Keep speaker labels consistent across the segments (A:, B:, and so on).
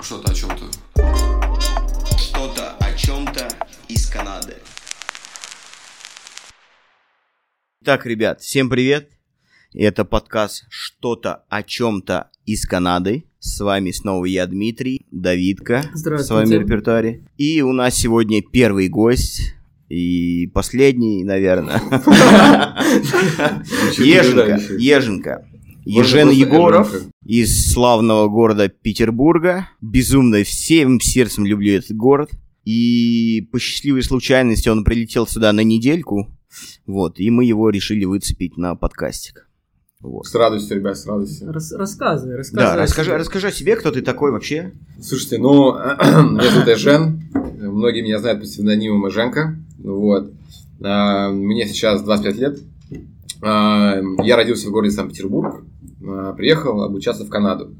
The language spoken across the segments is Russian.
A: что-то о чем-то.
B: Что-то о чем-то из Канады.
C: Так, ребят, всем привет. Это подкаст «Что-то о чем-то» из Канады. С вами снова я, Дмитрий, Давидка.
D: Здравствуйте.
C: С вами в репертуаре. И у нас сегодня первый гость и последний, наверное. Еженка, Еженка. Ежен
A: просто
C: Егоров
A: Еженка.
C: из славного города Петербурга. Безумно всем сердцем люблю этот город. И по счастливой случайности он прилетел сюда на недельку. Вот, и мы его решили выцепить на подкастик. Вот.
E: С радостью, ребят, с радостью.
D: Рас- рассказывай, рассказывай.
C: Да, расскажи,
D: себе.
C: расскажи о себе, кто ты такой вообще.
E: Слушайте, ну, меня зовут Эжен. Многие меня знают по псевдониму Эженко. Вот. А, Мне сейчас 25 лет. А, Я родился в городе Санкт-Петербург. А, Приехал обучаться в Канаду,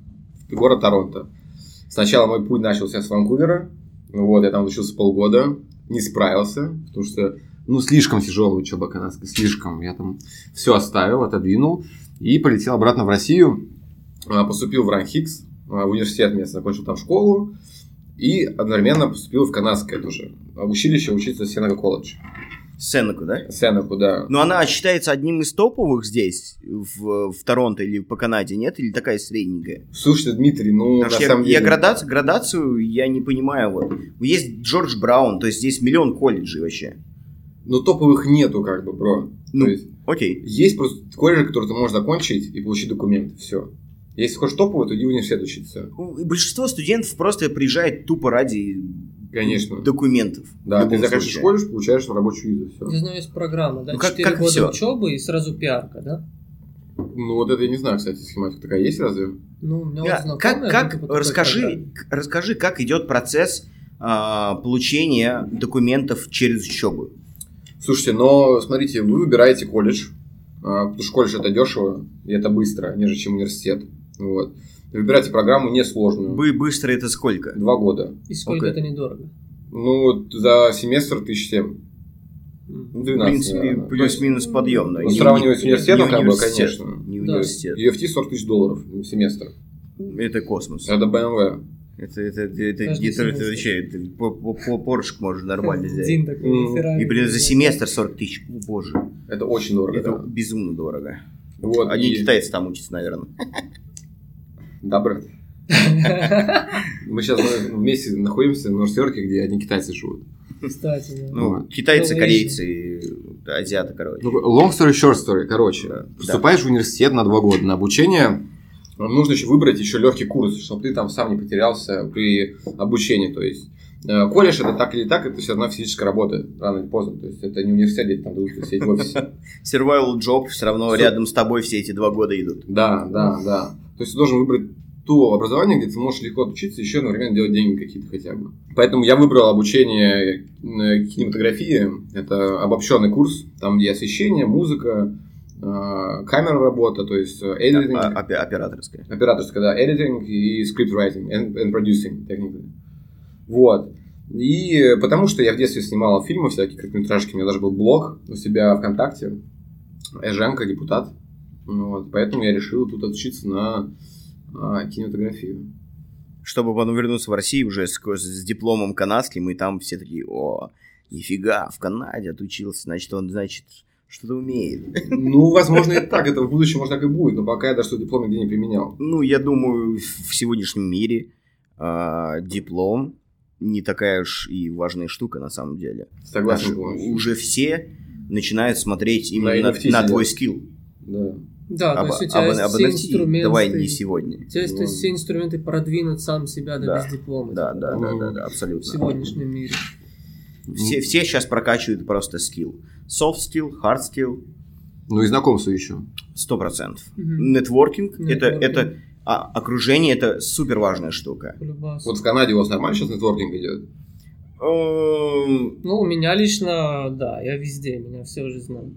E: в город Торонто. Сначала мой путь начался с Ванкувера. Вот, я там учился полгода. Не справился, потому что, ну, слишком тяжелая учеба канадская, слишком. Я там все оставил, отодвинул и полетел обратно в Россию. А, Поступил в Ранхикс, а, в университет местный, закончил там школу и одновременно поступил в канадское тоже училище, учиться в Сенека колледж.
C: Сенеку, да?
E: Сенеку, да.
C: Но она считается одним из топовых здесь, в, в Торонто или по Канаде, нет? Или такая средненькая?
E: Слушайте, Дмитрий, ну,
C: Потому
E: на
C: что я-
E: самом
C: я,
E: деле...
C: градацию, градацию я не понимаю. Вот. Есть Джордж Браун, то есть здесь миллион колледжей вообще.
E: Ну, топовых нету, как бы, бро.
C: Ну.
E: То есть,
C: Окей.
E: есть просто колледжи, которые ты можешь закончить и получить документы, все. Если хочешь топовый, то иди в университет учиться.
C: Ну, и Большинство студентов просто приезжает тупо ради
E: Конечно.
C: документов. в
E: Да, ты
C: любом
E: заканчиваешь
C: случае.
E: колледж, получаешь рабочую визу, все.
D: Здесь, ну, есть программа, да?
C: Ну, как-
D: Четыре
C: как
D: года
C: всё.
D: учебы и сразу пиарка, да?
E: Ну, вот это я не знаю, кстати, схематика такая есть разве?
D: Ну, у меня
C: Я-
D: вот знакомая,
C: как,
D: типа,
C: как,
D: такой программе.
C: расскажи, к- расскажи, как идет процесс а, получения документов через учебу.
E: Слушайте, но смотрите, вы выбираете колледж, а, потому что колледж это дешево и это быстро, нежели чем университет. Вот. Выбирайте программу несложную.
C: Бы быстро это сколько?
E: Два года.
D: И сколько
C: Окей.
D: это недорого.
E: Ну, вот за семестр тысяч семь. ну,
D: М.
C: В
E: 12,
C: принципе,
E: наверное.
C: плюс-минус подъемно.
E: Ну,
C: Не-
E: сравнивать с
C: не-
E: университетом,
C: не
E: как бы,
C: университет,
E: конечно.
C: Не
D: Да.
C: университет.
E: EFT 40 тысяч долларов в семестр.
C: Это космос.
E: Это эм BMW.
C: Это, это, это, это,
D: Даже не
C: где-то- это
D: семестр.
C: вообще это по, по, по поршик можно нормально взять.
D: Дин такой,
E: М.
D: на Феррари.
C: Ну, И блин, за семестр 40 тысяч. О, боже.
E: Это очень дорого.
C: Это
E: да.
C: безумно дорого.
E: Вот,
C: Одни
E: и-
C: китайцы там учатся, наверное.
E: Да, брат. Мы сейчас вместе находимся в Норд-Йорке, где одни китайцы живут.
D: Кстати, да.
C: Ну,
E: Ну,
C: китайцы,
D: ну,
C: корейцы, азиаты, короче.
E: Ну, Long story, short story, короче.
C: Да.
E: Поступаешь в университет на два года на обучение. Вам Нужно еще выбрать еще легкий курс, чтобы ты там сам не потерялся при обучении. То есть э, колледж это так или так, это все равно физическая работа, рано или поздно. То есть это не университет, где ты там будешь сидеть в офисе.
C: Survival job все равно
E: Су-
C: рядом с тобой все эти два года идут.
E: Да, да, да. То есть ты должен выбрать то образование, где ты можешь легко отучиться, еще одновременно делать деньги какие-то хотя бы. Поэтому я выбрал обучение э, кинематографии. Это обобщенный курс, там где освещение, музыка, э, камера работа, то есть э, editing,
C: А- опе- операторская.
E: операторская, да, editing и script writing and, and producing, technically. Вот. И э, потому что я в детстве снимал фильмы всякие, короткометражки, у меня даже был блог у себя ВКонтакте, Эженко, депутат. Ну Вот, поэтому я решил тут отучиться на а, кинематографию.
C: Чтобы потом вернуться в Россию уже с, ко- с дипломом канадским, и там все такие, о, нифига, в Канаде отучился, значит, он, значит, что-то умеет.
E: Ну, возможно, и так, это в будущем, может, так и будет, но пока я даже свой диплом нигде не применял.
C: Ну, я думаю, в в сегодняшнем мире а, диплом не такая уж и важная штука на самом деле.
E: Согласен
C: Потому что
E: полностью.
C: уже все начинают смотреть именно
E: На NFT
C: на, на
E: сидят.
C: твой скилл.
E: Да.
D: Да, А, то
C: Об-
D: есть у тебя
C: об-
D: есть
C: об
D: все
C: NFT
D: инструменты.
C: Давай не сегодня. Ну,
D: У тебя есть, то есть, все инструменты продвинуть сам себя да,
C: Да.
D: без диплома.
C: Да, да, да, да, да,
D: В
C: абсолютно.
D: сегодняшнем мире.
C: Все, все сейчас прокачивают просто скилл. Soft skill, hard skill,
E: Ну и знакомство еще.
C: 100%.
D: Мгм.
C: Нетворкинг, Ну, это,
D: Нетворкинг.
C: это а, окружение, это супер важная штука.
D: Любас.
E: Вот в Канаде у вас нормально сейчас нетворкинг идет?
C: Эм,
D: Ну, у меня лично, да, я везде, меня все уже знают.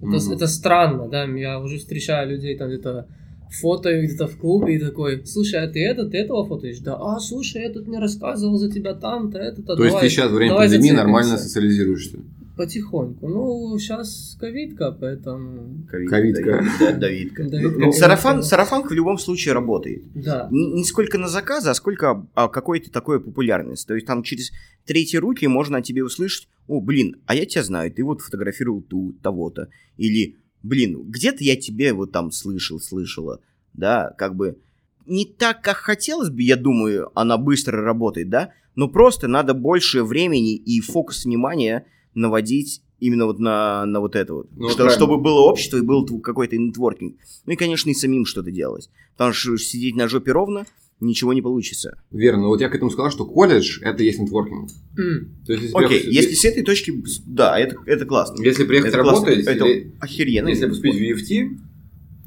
D: Это,
E: Мгм.
D: это странно, да, я уже встречаю людей там где-то фото их где-то в клубе и такой, слушай, а ты этот, ты этого фотоешь? Да, а, слушай, этот мне рассказывал за тебя там-то, этот, а
E: То есть
D: давай-
E: ты сейчас во время
D: давай
E: пандемии
D: зацепимся».
E: нормально социализируешься?
D: Потихоньку. Ну, сейчас ковидка, поэтому...
E: Ковидка.
C: да, Давидка.
D: Давидка.
E: Ну,
C: Сарафан, сарафанка в любом случае работает.
D: Да.
C: Н- Не сколько на заказы, а сколько об- о какой-то такой популярности. То есть там через третьи руки можно о тебе услышать, о, блин, а я тебя знаю, ты вот фотографировал ту, того-то. Или, блин, где-то я тебе вот там слышал, слышала. Да, как бы не так, как хотелось бы, я думаю, она быстро работает, да, но просто надо больше времени и фокус внимания наводить именно вот на, на вот это вот.
E: Ну,
C: Что-
E: правильно.
C: чтобы было общество и был тв- какой-то нетворкинг. Ну и, конечно, и самим что-то делать. Потому что сидеть на жопе ровно ничего не получится.
E: Верно, но вот я к этому сказал, что колледж это и есть нетворкинг.
D: М.
E: То есть, если,
C: Окей,
E: приехать-
C: если с этой точки... Да, это, это классно.
E: если приехать
C: это классно.
E: работать,
C: Это
E: или-
C: охеренно.
E: Ну, если поступить в UFT,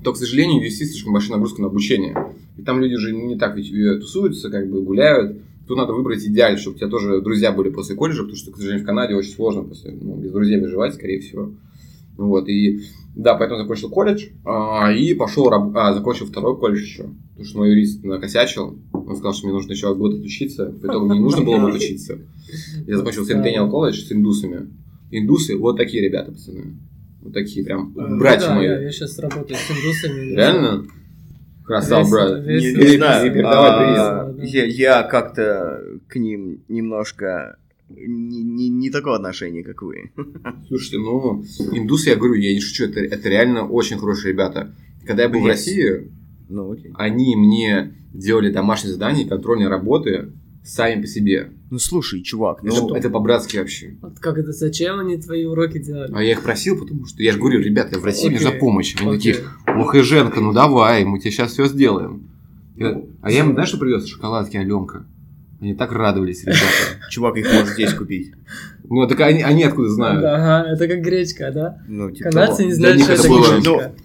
E: то, к сожалению, в UFT слишком большая нагрузка на обучение. И там люди же не так ведь э, тусуются, как бы гуляют. Тут надо выбрать идеаль, чтобы у тебя тоже друзья были после колледжа, потому что, к сожалению, в Канаде очень сложно после, ну, без друзей выживать, скорее всего. Ну Вот, и да, поэтому закончил колледж, а, и пошел, раб- а, закончил второй колледж еще, потому что мой юрист накосячил, он сказал, что мне нужно еще год отучиться, по итогу мне не нужно было год учиться. Я закончил Сент Дэниел колледж с индусами. Индусы, вот такие ребята, пацаны. Вот такие прям,
D: Ну
E: братья
D: да,
E: мои.
D: Я, сейчас работаю с индусами.
E: Реально? Красава,
D: Весело,
E: брат.
D: весело.
C: Не, не
E: Пере-
C: знаю.
E: пере-
C: а,
E: передавай
D: привет.
C: я, я как-то к ним немножко... Не, не- не такого отношения, как вы.
E: Слушайте, ну, индусы, я говорю, я не шучу, это, это реально очень хорошие ребята. Когда я был в
C: Блин.
E: России,
C: Ну, окей.
E: они мне делали домашние задания, и контрольные работы сами по себе.
C: Ну, слушай, чувак,
E: это,
C: ну...
E: это по-братски вообще.
D: Вот как это, зачем они твои уроки делали?
E: А я их просил, потому что я же говорю, ребята, в России
D: Окей.
E: нужна помощь. Они
D: Окей.
E: такие, ох, и Женка, ну давай, мы тебе сейчас все сделаем. Я-
C: ну,
E: а я им, знаешь, что привез? Шоколадки Аленка. Они так радовались, ребята.
C: Чувак, их можно здесь купить.
E: Ну, так они, они откуда знают?
D: Ага, это как гречка, да?
C: Ну, типа
D: Канадцы
C: того.
D: не
E: Для
D: знают,
E: них
D: что
E: это
D: это
E: было-
D: гречка.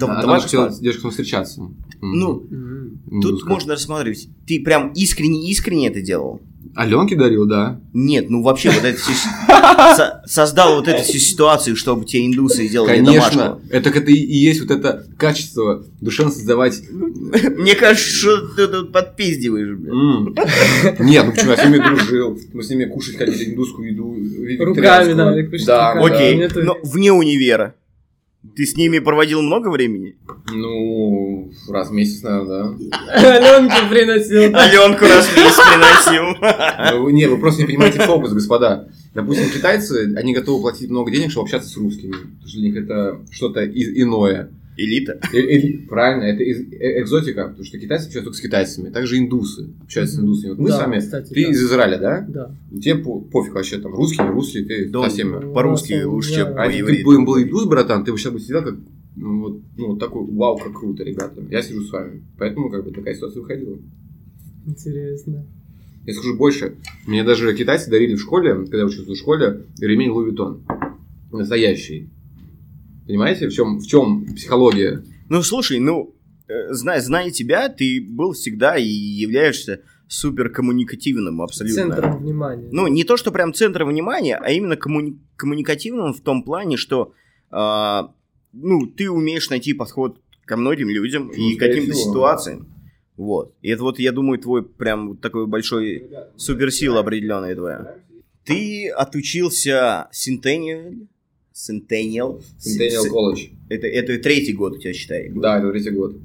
C: Да,
E: Она
C: давай
E: а же хотела
C: пошла.
E: с девушкой встречаться. М.
C: Ну,
D: М.
E: Ну,
C: Тут
E: скажу.
C: можно рассматривать. Ты прям искренне-искренне это делал?
E: Аленке дарил, да.
C: Нет, ну вообще вот это всю с- со- создал вот эту всю ситуацию, чтобы те индусы делали
E: Конечно.
C: домашнего.
E: Это, это и и есть вот это качество душевно создавать.
C: Мне кажется, что ты тут подпиздиваешь, блядь.
E: М. Нет, ну почему я с ними дружил. Мы с ними кушать ходили индусскую еду.
D: Руками, да, или кушать
E: Да,
D: руками.
E: окей.
C: Окей,
D: нет,
C: но вне универа. Ты с ними проводил много времени?
E: Ну, раз в месяц, наверное,
D: Аленке приносил.
C: Аленку раз в месяц приносил.
E: да. Ну, Не, вы просто не понимаете фокус, господа. Допустим, китайцы, они готовы платить много денег, чтобы общаться с русскими. Потому что для них это что-то и- иное.
C: Элита.
E: Э- э- Правильно, это из- э- экзотика, потому что китайцы общаются только с китайцами. Также индусы общаются с
D: Мгм.
E: индусами. Вот мы
D: Да,
E: с вами,
D: кстати,
E: ты
D: да.
E: из Израиля, да?
D: Да.
E: Тебе по- пофиг вообще, там, русский, не русский, ты
C: Да,
E: совсем.
C: По-русски
D: Ну,
C: лучше,
D: да.
C: чем
E: А если
C: по-еврейски.
E: ты бы был индус, братан, ты бы сейчас бы сидел как, ну, вот, ну, вот такой, вау, как круто, ребята, я сижу с вами. Поэтому, как бы, такая ситуация выходила.
D: Интересно.
E: Я скажу больше, мне даже китайцы дарили в школе, когда я учился в школе, ремень Луи Виттон. Настоящий. Понимаете, в чем, в чем психология?
C: Ну слушай, ну э, зная, зная тебя, ты был всегда и являешься суперкоммуникативным абсолютно.
D: Центром внимания.
C: Ну, не то, что прям центром внимания, а именно коммуни- коммуникативным в том плане, что а, ну, ты умеешь найти подход ко многим людям и
E: Ну, скорее
C: к каким-то
E: всего.
C: ситуациям. Вот. И это вот, я думаю, твой прям вот такой большой суперсила определенная твоя. Ты отучился Синтенниал. Синтенниал.
E: Centennial College.
C: Это, это третий год у тебя, считай.
E: Да, это третий год.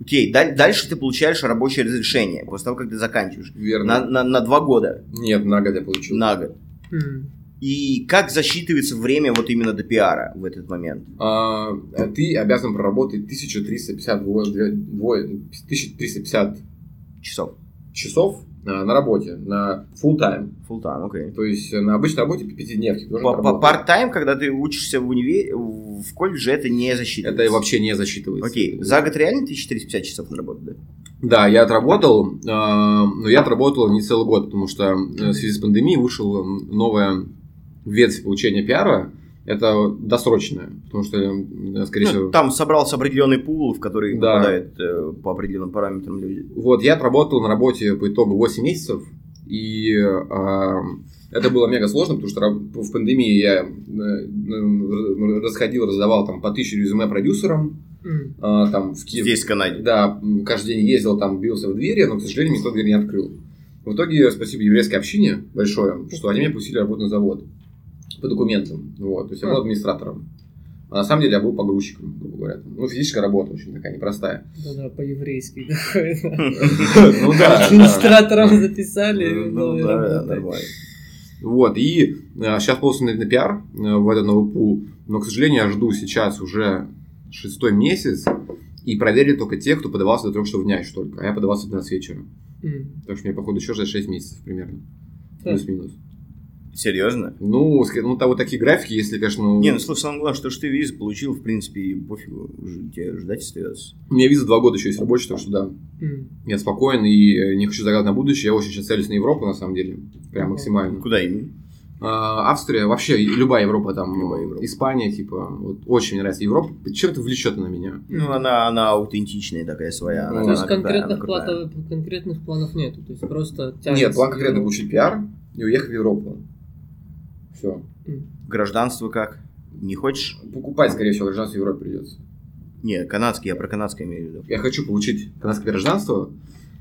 C: Окей, даль- дальше ты получаешь рабочее разрешение после того, как ты заканчиваешь. На,
E: Верно.
C: на, на два года,
E: Нет, на год я получил.
C: на год.
D: М.
C: И как засчитывается время вот именно до пиара в этот момент?
E: А, ты обязан проработать 1352 две- двое- 1350
C: Часов.
E: часов а, на работе, на full time.
C: Full time, окей.
E: То есть на обычной работе пятидневки. ты должен
C: По- по-
E: проработать.
C: Part-time, когда ты учишься в универе, в колледже, это не засчитывается.
E: Это и вообще не засчитывается.
C: Окей, за год реально 1350 часов на работу, да?
E: Да, я отработал, а, но я отработал не целый год, потому что э, в связи с пандемией вышел м, новая ветвь получения пиара. Это досрочное, потому что, э, скорее
C: Ну,
E: всего...
C: там собрался определенный пул, в который
E: Да.
C: попадают э, по определенным параметрам люди.
E: Вот, я отработал на работе по итогу 8 месяцев, и а, это было мега сложно, потому что раб- в пандемии я э, э, расходил, раздавал там по 1000 резюме продюсерам,
D: М.
E: а, там в Киев.
C: Здесь, в Канаде.
E: Да, м, каждый день ездил, там бился в двери, но, к сожалению, никто дверь не открыл. В итоге, спасибо еврейской общине большое, что они меня пустили работать на завод по документам. Вот. То есть я был
D: А.
E: администратором. А на самом деле я был погрузчиком, грубо говоря. Ну, физическая работа очень такая непростая.
D: Да-да, по-еврейски. такое, да.
E: Ну да, да.
D: Администратором записали.
E: Ну
D: новый
E: да,
D: работник.
E: нормально. Вот, и э, сейчас полностью на, на пиар, э, в этот новый пул, но, к сожалению, я жду сейчас уже шестой месяц, и проверили только тех, кто подавался до трех часов дня еще только, а я подавался в 12 вечера.
D: М.
E: Так что мне, походу, еще ждать 6 месяцев примерно.
D: Да.
E: Плюс-минус.
C: Серьезно?
E: Ну, ск- ну, там вот такие графики, если, конечно... ну,
C: Не, ну слушай, самое главное, что, ж ты визу получил, в принципе, и пофигу, ж- тебе ждать остается.
E: У меня виза два года еще есть рабочая, так что да.
D: М.
E: Я спокоен и э, не хочу загадать на будущее. Я очень сейчас целюсь на Европу, на самом деле. Прям
D: Ага.
E: максимально.
C: Куда именно?
E: А, Австрия, вообще и любая Европа там,
C: Любая Европа.
E: Испания, типа, вот очень мне нравится Европа. Чем-то влечет она меня.
C: Ну, она, она аутентичная такая своя.
E: Ну,
C: она-
D: То есть
C: она крутая,
D: конкретных
C: она крутая.
D: платов- конкретных планов нету. То есть просто
E: Нет,
D: тянется
E: план конкретно
D: его.
E: получить пиар и уехать в Европу. Все.
C: Гражданство как? Не хочешь?
E: Покупать, скорее всего, гражданство в Европе придется.
C: Не, канадский, я про канадское имею в виду.
E: Я хочу получить канадское гражданство,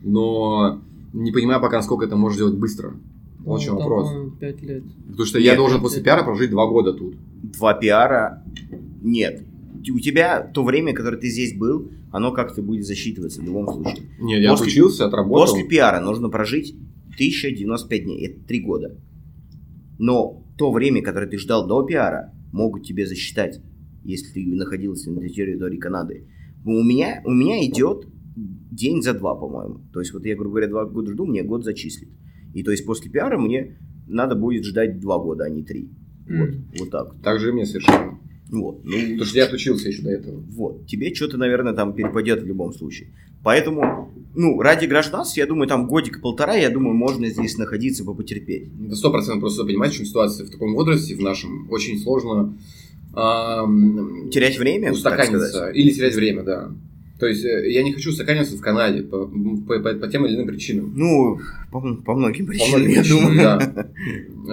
E: но не понимаю пока, насколько это может сделать быстро.
D: Ну,
E: Вот в чем
D: там,
E: вопрос.
D: по-моему, пять лет.
E: Потому что я
C: Нет,
E: должен
D: нет,
E: после
D: нет.
E: пиара прожить два года тут.
C: Два пиара? Нет. Т- У тебя то время, которое ты здесь был, оно как-то будет засчитываться в любом случае.
E: Нет, я
C: После-
E: отучился, отработал.
C: После пиара нужно прожить 1095 дней. Это три года. Но то время, которое ты ждал до пиара, могут тебе засчитать, если ты находился на территории Канады. Ну, У меня, у меня идет день за два, по-моему. То есть вот я, грубо говоря, два года жду, мне год зачислит. И то есть после пиара мне надо будет ждать два года, а не три. Вот,
D: М.
C: вот так.
E: Так же и мне совершенно.
C: Вот. Ну,
E: Потому что я отучился еще до этого.
C: вот, тебе что-то, наверное, там перепадет в любом случае. Поэтому, ну, ради гражданства, я думаю, там годик-полтора, я думаю, можно здесь находиться, потерпеть.
E: Да сто процентов просто понимаешь, в чем ситуация в таком возрасте, в нашем, очень сложно ам,
C: Терять время, так сказать.
E: устаканиться или терять время, да. То есть э, я не хочу устаканиваться в Канаде по, по- по- по тем или иным причинам.
C: Ну, по, по многим
E: По
C: причинам,
E: многим
C: я
E: причинам,
C: думаю.
E: да.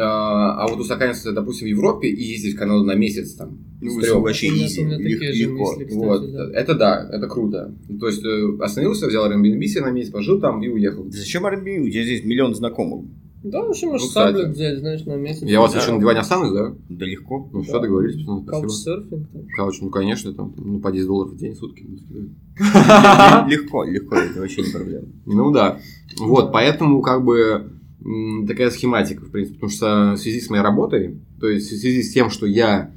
E: А, а вот устаканиться, допустим, в Европе и ездить в Канаду на месяц там.
C: Ну,
E: с
C: это
E: трех.
C: вообще
D: У меня-
C: easy,
D: у меня такие же
C: легко.
D: мысли. Кстати,
E: Вот,
D: да.
E: это да, это круто. То есть э, остановился, взял Airbnb себе на месяц, пожил там и уехал.
C: Зачем Airbnb? У тебя здесь миллион знакомых.
D: Да, вообще можешь
E: Ну, кстати.
D: саблик взять, знаешь, на месяц.
E: Я вас
C: Да.
E: еще на диване останусь, да?
C: Да легко.
E: Ну все,
D: Да.
E: договорились, пацаны, спасибо.
D: Каучсерфинг. там.
E: Кауч, ну конечно, там ну, по 10 долларов в день, в сутки. ну, скидывай.
C: Легко, легко, это вообще не проблема.
E: Ну да. Вот, поэтому как бы м, такая схематика, в принципе, потому что в связи с моей работой, то есть в связи с тем, что я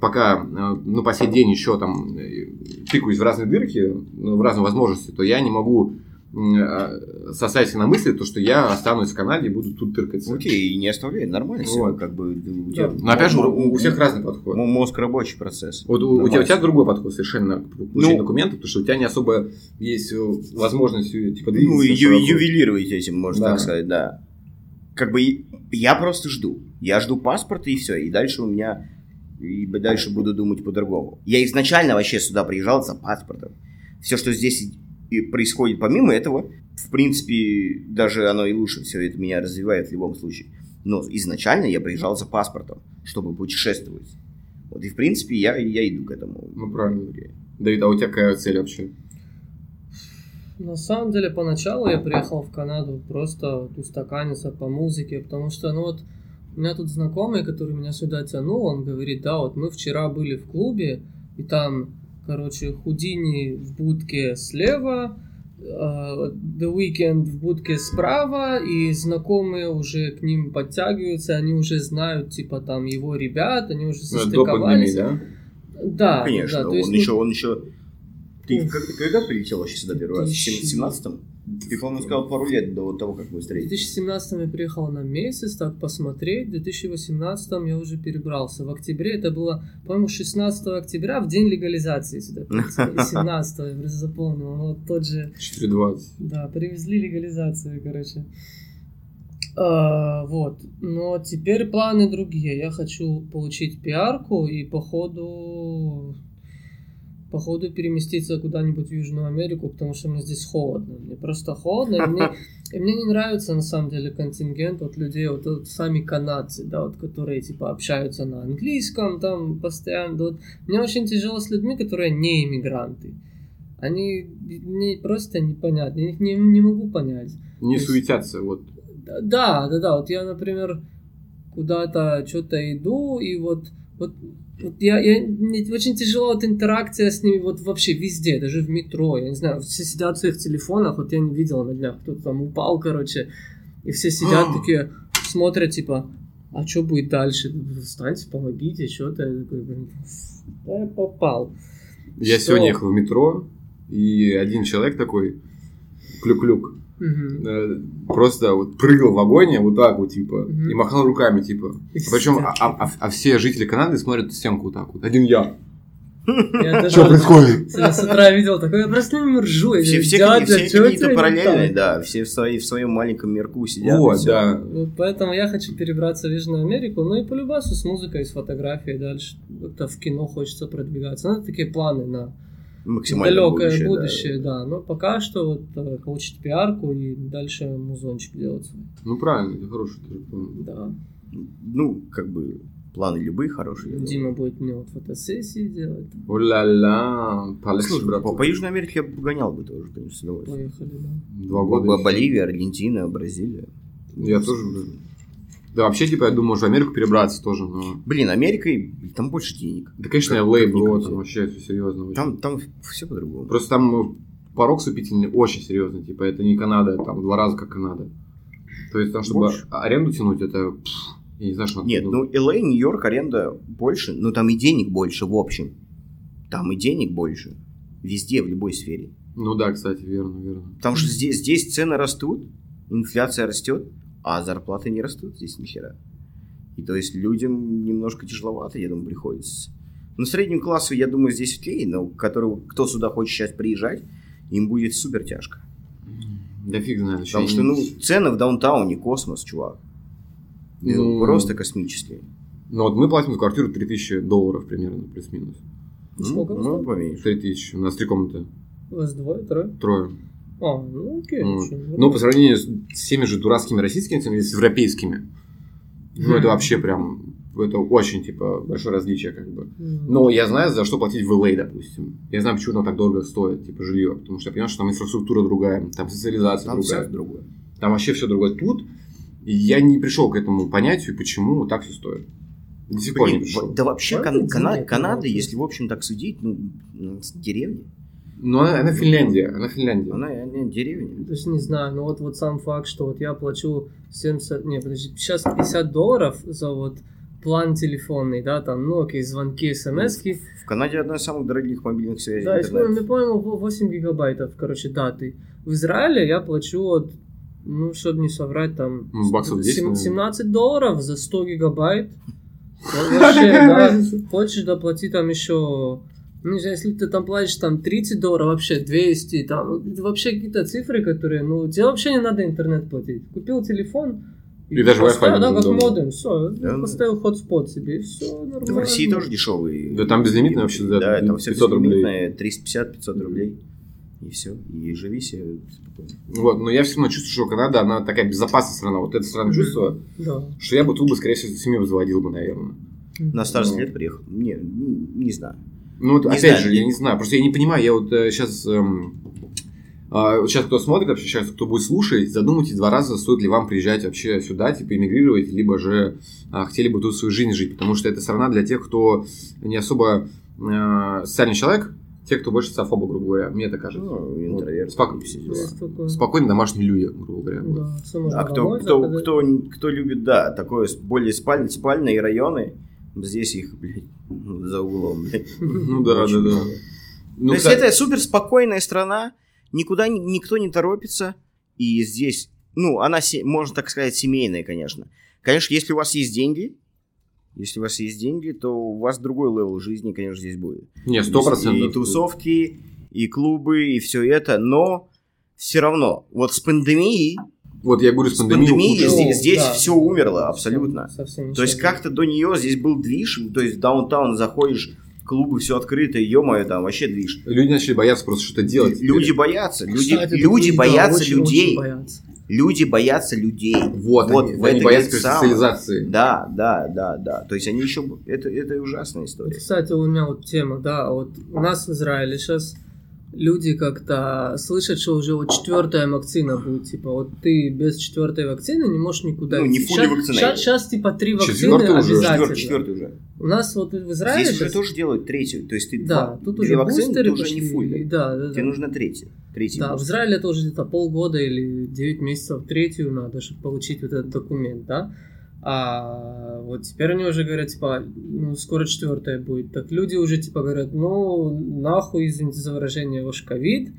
E: пока, э, ну, по сей день еще там э, тыкаюсь в разные дырки, ну, в разные возможности, то я не могу м, э, сосать себя на мысли, то, что я останусь в Канаде и буду тут тыркаться.
C: Окей, и не оставляй, нормально все,
E: Вот.
C: как бы. у тебя-
E: Да. Но опять
C: Ну,
E: же, у, у всех
C: м-
E: разный подход.
C: м- Мозг рабочий процесс.
E: Вот у, у тебя, у
C: Нормально.
E: тебя другой подход совершенно к получению
C: Ну.
E: документов, потому что у тебя не особо есть э, возможность э, типа
C: Ну,
E: двигаться
C: ю-
E: широко.
C: ювелировать этим, можно
E: Да.
C: так сказать, да. Как бы и- я просто жду. Я жду паспорта и все. И дальше у меня... И б- дальше буду думать по-другому. Я изначально вообще сюда приезжал за паспортом. Все, что здесь и происходит помимо этого, в принципе, даже оно и лучше все это меня развивает в любом случае. Но изначально я приезжал за паспортом, чтобы путешествовать. Вот и в принципе я, я иду к этому.
E: Ну, правильно. Давид, а у тебя какая цель вообще?
D: На самом деле, поначалу я приехал в Канаду просто вот устаканиться по музыке, потому что, ну вот, у меня тут знакомый, который меня сюда тянул, он говорит, да, вот мы вчера были в клубе, и там, короче, Худини в будке слева, э, The Weeknd в будке справа, и знакомые уже к ним подтягиваются, они уже знают, типа, там, его ребят, они уже
E: Ну, До пандемии,
D: состыковались.
E: да?
D: Да,
C: Конечно,
D: да, то
C: он,
D: есть, ну,
C: еще, он еще... Ты как- когда прилетел вообще сюда первый раз? В
D: Тысяча-
C: 17-м? Ты, по-моему, сказал пару лет до того, как мы
D: В
C: встретились.
D: 2017 я приехал на месяц, так посмотреть. В 2018 я уже перебрался. В октябре это было, по-моему, 16 октября, в день легализации сюда. прилетел. Или 17 я просто запомнил. Ну, вот тот же,
E: 4.20.
D: да, привезли легализацию, короче. А, вот. Но теперь планы другие. Я хочу получить пиарку и походу походу переместиться куда-нибудь в Южную Америку, потому что мне здесь холодно. Мне просто холодно, и мне, и мне не нравится на самом деле контингент вот людей, вот, вот сами канадцы, да, вот которые типа общаются на английском там постоянно. Да, вот. Мне очень тяжело с людьми, которые не иммигранты. Они мне просто непонятны, я их не, не могу понять.
E: Не
D: То есть-
E: суетятся, вот.
D: Да, да, да. Вот я, например, куда-то что-то иду, и вот, вот, вот я, я, мне очень тяжело вот интеракция с ними вот вообще везде, даже в метро. Я не знаю, все сидят в своих телефонах, вот я не видел на днях, кто-то там упал, короче, и все сидят такие, смотрят, типа, а что будет дальше? Встаньте, помогите, что-то. Я такой, блин, да я попал.
E: Я
D: Что?
E: сегодня ехал в метро, и один человек такой, клюк-клюк,
D: Мгм.
E: э, просто вот прыгал в вагоне вот так вот, типа,
D: Мгм.
E: и махал руками, типа.
D: И все
E: Причем, а,
D: такие.
E: а- а- а все жители Канады смотрят в стенку вот так вот. Один я.
D: Я даже
E: Что
D: вот
E: происходит?
D: с- с утра видел такое, я просто не ржу. я
C: Все,
D: говорю,
C: все,
D: «Дядя,
C: какие- все
D: чё
C: какие-то
D: тебе не
C: параллельные,
D: так?»
C: да, все в, своей- в своем маленьком мирку сидят. и
E: Вот,
C: всё.
E: да.
D: Вот поэтому я хочу перебраться в Южную Америку, ну и полюбасу с музыкой, с фотографией дальше. Это в кино хочется продвигаться. Надо такие планы на
C: Максимально
D: далекое будущее,
C: да.
D: да. Но пока что вот э, получить пиарку и дальше музончик делать. свой.
E: Ну, правильно, это хороший тоже план.
D: Да.
C: Ну, как бы, планы любые хорошие. я думаю.
D: Дима будет мне вот фотосессии делать.
E: Оля-ля, полегче,
C: Слушай,
E: брат.
C: по, по Южной Америке я бы погонял бы тоже, конечно, с удовольствием.
D: Поехали, да.
E: Два
C: Бо-
E: года.
C: Бо- Боливия, Аргентина, Бразилия.
E: Я тоже. блин. Да, вообще, типа, я думаю, может, в Америку перебраться тоже, но...
C: Блин, Америкой там больше денег.
E: Да, конечно,
C: Как-
E: я лей,
C: как
E: бро,
C: никак.
E: там вообще все серьезно.
C: Там, там все по-другому.
E: Просто там э, порог вступительный очень серьезный, типа это не Канада, там в два раза как Канада. То есть там, чтобы
C: Больше.
E: аренду тянуть, это пф, я не знаю, что надо
C: Нет,
E: делать.
C: ну LA, Нью-Йорк, аренда больше, но там и денег больше в общем. Там и денег больше. Везде, в любой сфере.
E: Ну да, кстати, верно, верно.
C: Потому что здесь, здесь цены растут, инфляция растет, а зарплаты не растут здесь нихера. И то есть людям немножко тяжеловато, я думаю, приходится. Ну, среднему классу, я думаю, здесь светлее, но которого, кто сюда хочет сейчас приезжать, им будет супер тяжко.
E: Да фиг знает. ещё
C: Потому
E: я
C: что,
E: не-
C: ну, цены в даунтауне космос, чувак. Ну,
E: Ну,
C: просто космические.
E: Ну вот мы платим за квартиру 3000 долларов примерно, плюс-минус.
D: Сколько
C: ну,
D: вас
C: ну,
D: там?
C: поменьше.
E: 3000, у нас три комнаты,
D: Вас двое, трое?
E: трое.
D: А, ну окей.
E: Ну,
D: ничего,
E: Ну, по сравнению с теми же дурацкими российскими ценами, с европейскими, ну это вообще прям, это очень, типа, большое различие, как бы.
D: М.
C: ну,
E: Но я знаю, за что платить в LA, допустим. Я знаю, почему там так дорого стоит, типа, жилье. Потому что я понимаю, что там инфраструктура другая, там социализация
C: Там
E: другая.
C: всё другое.
E: Там вообще все другое. Тут я не пришел к этому понятию, почему так все стоит. До сих пор не
C: Блин,
E: пришел.
C: вот- да вообще
D: Правда,
C: Кан- Кана-
D: денег не
C: Канада,
D: хватает.
C: если в общем так судить, ну, м, с- деревня.
E: Но она, она Финляндия, она Финляндия.
C: Она, она деревня.
D: Даже не знаю, но вот, вот сам факт, что вот я плачу 70, не, подожди, сейчас 50 долларов за вот план телефонный, да, там, ну, окей, звонки, смс
C: В Канаде одна из самых дорогих мобильных связей.
D: Да, я
C: интернет.
D: вспомнил, я понял, во- 8 гигабайтов, короче, даты. В Израиле я плачу вот, ну, чтобы не соврать, там,
E: Ну, баксов 10,
D: сем-
E: наверное.
D: 17 долларов за 100 гигабайт. Ну, Вообще, да, хочешь доплати там еще... Ну, не знаю, если ты там платишь там 30 долларов, вообще 200, там ну, это вообще какие-то цифры, которые, ну, тебе вообще не надо интернет платить. Купил телефон,
E: И даже
D: поставил,
E: Wi-Fi
D: да, как
E: дома.
D: модем, все,
C: Да, да.
D: поставил хотспот себе, и все нормально.
C: Да в России тоже дешевые.
E: Да там безлимитное вообще, да,
C: Да, там все
E: 500 рублей.
C: 350-500 рублей. И все. И живи себе спокойно.
E: Вот, но я все равно чувствую, что Канада, она такая безопасная страна. Вот эта страна
D: Мгм.
E: чувствую,
D: Да.
E: что я бы тут бы, скорее всего, семью заводил бы, наверное.
C: На старости
E: Ну.
C: лет приехал. Не, н- не знаю.
E: Ну, вот
C: Не
E: опять
C: знаю.
E: же, я не знаю, просто я не понимаю, я вот э, эм, сейчас... сейчас а, кто смотрит, вообще сейчас кто будет слушать, задумайтесь два раза, стоит ли вам приезжать вообще сюда, типа эмигрировать, либо же а, хотели бы тут свою жизнь жить, потому что это страна для тех, кто не особо а, социальный человек, те, кто больше софоба, грубо говоря, мне так кажется.
C: Ну, интроверт.
E: спок-
C: все дела.
D: Есть такое.
E: Спокойно домашние люди, грубо говоря. вот.
D: Да, всё можно
C: А кто,
D: домой
C: кто,
D: заказать.
C: кто, кто любит, да, такое с- более спаль, спальные районы, здесь их, блядь, за углом, блядь.
E: Ну да,
C: Очень
E: да, да.
C: много.
E: Ну,
C: То есть
E: кстати,
C: это супер спокойная страна, никуда ни- никто не торопится, и здесь, ну, она, се- можно так сказать, семейная, конечно. Конечно, если у вас есть деньги, если у вас есть деньги, то у вас другой левел жизни, конечно, здесь будет.
E: Не, сто
C: И
E: процентов.
C: тусовки, и клубы, и все это, но все равно, вот с пандемией,
E: Вот я говорю, с
C: с пандемией
E: пандемией
D: хуже.
C: здесь, здесь
D: Ну, Да.
C: все умерло абсолютно.
D: Совсем
C: То есть
D: ничего.
C: как-то до нее здесь был движ, то есть в даунтаун заходишь, клубы все открыто, ё-моё, там вообще движ.
E: люди начали бояться просто что-то делать.
C: Люди
E: теперь.
C: боятся, люди,
D: Кстати,
C: люди
D: да,
C: боятся
D: очень,
C: людей,
D: очень боятся.
C: люди боятся людей.
E: Вот,
C: Вот
E: они,
C: в
E: они
C: этой
E: боятся
C: самой-
E: социализации.
C: Да, да, да, да. То есть они еще, это это ужасная
D: Вот,
C: история.
D: Кстати, у меня вот тема, да, вот у нас в Израиле сейчас люди как-то слышат, что уже вот четвертая вакцина будет, типа, вот ты без четвертой вакцины не можешь никуда.
C: Ну, не
D: идти.
C: фули
D: Щас-
C: вакцина.
D: щас- щас, типа три вакцины
E: Четвёртая уже,
D: обязательно.
C: Четвертый, четвертый уже.
D: У нас вот в Израиле
C: Здесь уже
D: щас-
C: тоже делают третью. То есть ты
D: да,
C: два-
D: тут
C: две
D: уже
C: вакцины,
D: бустеры
C: ты уже не
D: пошли,
C: фуль.
D: и Да, да, да.
C: Тебе нужна третья. Третья.
D: Да, в Израиле тоже где-то полгода или 9 месяцев третью надо, чтобы получить вот этот документ, да. А вот теперь они уже говорят, типа, ну, скоро четвертая будет. Так люди уже, типа, говорят, ну, нахуй, извините за выражение, ваш ковид,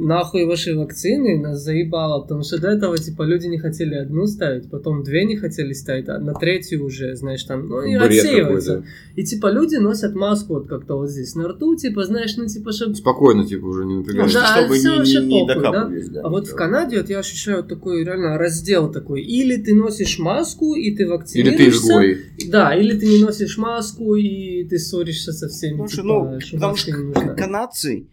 D: нахуй ваши вакцины, нас заебало, потому что до этого, типа, люди не хотели одну ставить, потом две не хотели ставить, а на третью уже, знаешь, там, ну, и
E: Бред
D: отсеивается.
E: какой-то.
D: И, типа, люди носят маску вот как-то вот здесь на рту, типа, знаешь, ну, типа, чтобы
E: Спокойно, типа, уже не
C: Ну,
E: напрягаешься.
D: да,
C: чтобы
D: всё
C: не,
D: вообще
C: не, не
D: похуй, да?
C: докапывались, да.
D: А вот в Канаде вот я ощущаю такой реально раздел такой. Или ты носишь маску, и ты
E: Или ты
D: вакцинируешься.
E: изгой.
D: Да, или ты не носишь маску, и ты ссоришься со всеми.
C: Потому что,
D: типа,
C: ну,
D: что
C: потому
D: маска
C: что
D: не
C: к-
D: нужна.
C: канадцы,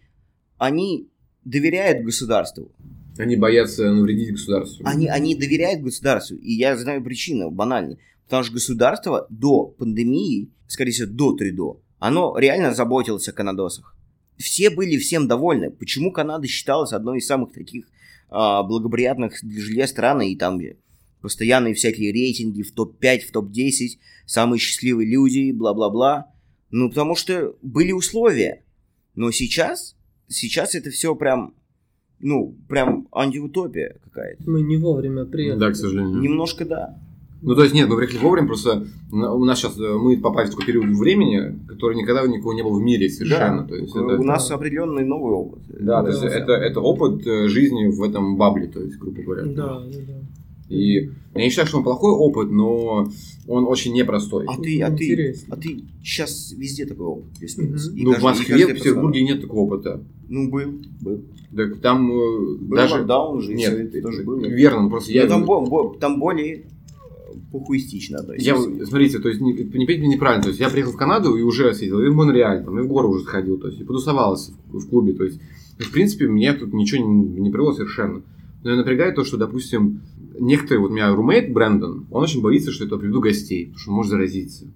C: они доверяют государству.
E: Они боятся навредить государству.
C: Они, они доверяют государству. И я знаю причину, банально. Потому что государство до пандемии, скорее всего, до Трюдо, оно реально заботилось о канадосах. Все были всем довольны. Почему Канада считалась одной из самых таких а, благоприятных для жилья стран, и там постоянные всякие рейтинги в топ-5, в топ-10, самые счастливые люди, бла-бла-бла. Ну, потому что были условия. Но сейчас, сейчас это все прям, ну, прям антиутопия какая-то.
D: Мы не вовремя приехали.
E: Да, к сожалению.
C: Немножко да.
E: Ну, то есть, нет, мы приехали вовремя, просто на- у нас сейчас мы попали в такой период времени, который никогда у никого не был в мире совершенно.
C: Да.
E: То есть,
C: У
E: это-
C: нас определенный новый опыт.
E: Да, то есть
D: Да.
E: это, это опыт э, жизни в этом бабле, то есть, грубо говоря.
D: Да, да, да.
E: И я не считаю, что он плохой опыт, но он очень непростой.
C: А ты, а ты,
D: Ну, Интересно.
C: а ты сейчас везде такой опыт, плюс-минус.
D: Мгм.
C: И
E: ну, в
C: каждый- и
E: Москве,
C: каждый
E: в Петербурге нет такого опыта.
C: персонаж. Ну, был, был.
E: Так там э,
C: Был
E: даже...
C: локдаун же, и
E: нет,
C: всё это тоже было.
E: верно, ну, просто я...
C: Но там, бо- бо- там более э, похуистично
E: Я,
C: относились.
E: вот, смотрите, то есть не, не пейте меня неправильно, то есть я приехал в Канаду и уже съездил, и в Монреаль, там, и в горы уже сходил, то есть и подусовался в, в клубе, то есть ну, в принципе меня тут ничего не, не привело совершенно. Но меня напрягает то, что, допустим, некоторые, вот у меня румейт Брэндон, он очень боится, что я туда приведу гостей, потому что он может заразиться.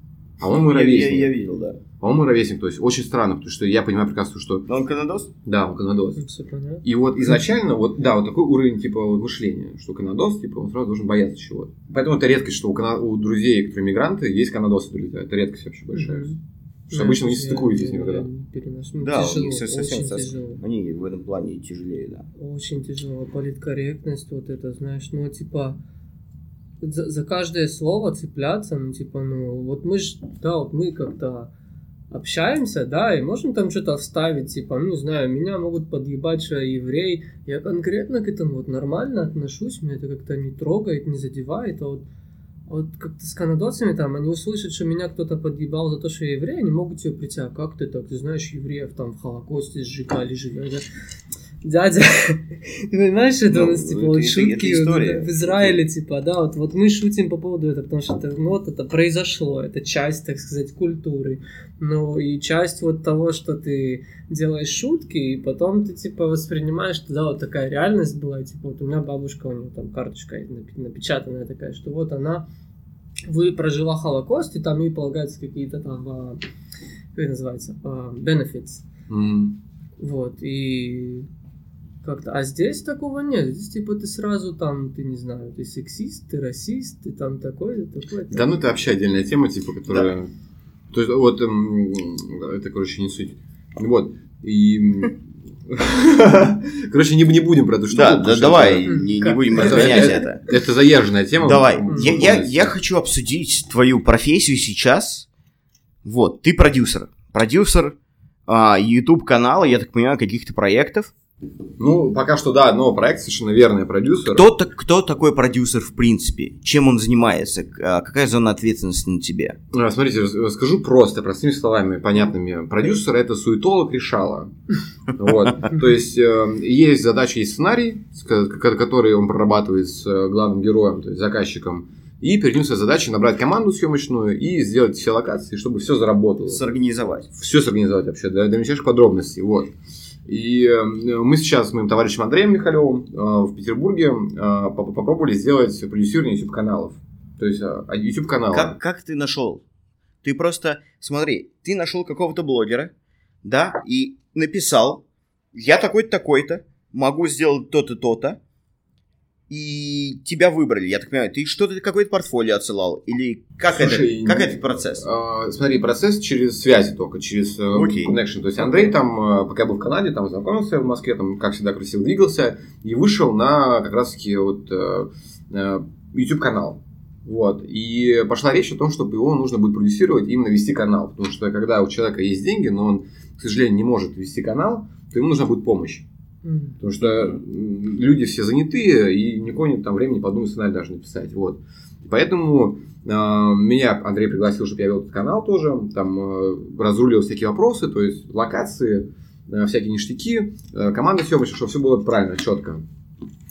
E: А он мой
C: Я- я,
E: ровесник.
C: я видел, да.
E: А он мой ровесник, то есть очень странно, потому что я понимаю прекрасно, что
C: Но он канадос?
E: да, он канадос.
D: Все Ну, понятно.
E: И вот изначально, вот, да, вот такой уровень типа вот, мышления, что канадос, типа, он сразу должен бояться чего-то. Поэтому это редкость, что у, кана- у друзей, которые мигранты, есть канадосы которые летают. Это редкость вообще большая.
D: Мгм.
E: Потому что обычно
D: Я-
E: не стыкуетесь
D: я- я
E: никогда.
D: не переношу. Ну,
C: Да, у
D: тяжело,
C: них всё совсем
D: очень
C: сос-
D: тяжело.
C: Они в этом плане тяжелее, да.
D: Очень тяжело. Политкорректность, вот это, знаешь, ну, типа, за, за каждое слово цепляться, ну, типа, ну, вот мы ж, да, вот мы как-то общаемся, да, и можем там что-то вставить, типа, ну, не знаю, меня могут подъебать, что я еврей, я конкретно к этому вот нормально отношусь, меня это как-то не трогает, не задевает, а вот вот как-то с канадосами там, они услышат, что меня кто-то подъебал за то, что я еврей, они могут тебе прийти, а как ты так, ты знаешь, евреев там в Холокосте сжигали, живя. Дядя, ты понимаешь, это у
C: Ну,
D: нас, типа,
C: это-
D: вот
C: это-
D: шутки
C: это
D: вот
C: история.
D: это в Израиле, типа, да, вот, вот мы шутим по поводу этого, потому что это, ну, вот это произошло, это часть, так сказать, культуры, ну, и часть вот того, что ты делаешь шутки, и потом ты, типа, воспринимаешь, что, да, вот такая реальность была, и, типа, вот у меня бабушка, у нее там карточка есть напи- напечатанная такая, что вот она вы прожила Холокост, и там ей полагаются какие-то там, а, как это называется, а, benefits,
E: М.
D: вот, и как-то... А здесь такого нет. Здесь, типа, ты сразу там, ты не знаю, ты сексист, ты расист, ты там такой, ты такой.
E: Да ну это вообще отдельная тема, типа, которая... То есть вот, эм, это, короче, не суть. Вот, и... м, Короче, не, не будем про эту штуку.
C: Да,
E: потому
C: да,
E: что
C: давай,
E: Это,
D: это-
C: не, не
D: Как?
C: будем
D: Это-
C: разгонять
E: это-
C: это.
E: это заезженная тема.
C: Давай,
E: м,
C: я, я, я
E: полностью.
C: хочу обсудить твою профессию сейчас. Вот, ты продюсер. Продюсер а, YouTube-канала, я так понимаю, каких-то проектов.
E: Ну, пока что да, но проект совершенно верный, продюсер.
C: Кто, так- кто такой продюсер в принципе? Чем он занимается? К- а, Какая зона ответственности на тебе?
E: А, Смотрите, рас- расскажу просто, простыми словами, понятными. Продюсер это суетолог решала. Вот. То есть э, есть задача, есть сценарий, с ко- ко- который он прорабатывает с э, главным героем, то есть заказчиком. И перед ним стоит задача набрать команду съемочную и сделать все локации, чтобы все заработало.
C: Сорганизовать.
E: Все сорганизовать вообще, до, до мельчайших подробностей. Вот. И э, мы сейчас с моим товарищем Андреем Михалевым э, в Петербурге э, поп- попробовали сделать продюсирование YouTube каналов. То есть э, а, YouTube каналы.
C: Как, как ты нашел? Ты просто, смотри, ты нашел какого-то блогера, да, и написал, я такой-то, такой-то, могу сделать то-то, то-то, и тебя выбрали, я так понимаю, ты что-то, какое-то портфолио отсылал, или как,
E: Слушай,
C: это, как
E: не-
C: этот процесс?
E: Э, Смотри, процесс через связи только, через э,
C: Окей.
E: connection. То есть Андрей там, э, пока был в Канаде, там знакомился в Москве, там, как всегда, красиво двигался, и вышел на как раз-таки вот э, э, YouTube-канал. Вот. И пошла речь о том, чтобы его нужно будет продюсировать, именно вести канал. Потому что когда у человека есть деньги, но он, к сожалению, не может вести канал, то ему нужна будет помощь.
D: М.
E: Потому что м, люди все занятые, и никого нет там времени подумать, сценарий даже написать. Вот. Поэтому э, меня Андрей пригласил, чтобы я вел этот канал тоже. Там э, разрулил всякие вопросы, то есть локации, э, всякие ништяки, э, команда съемочная, чтобы все было правильно, четко.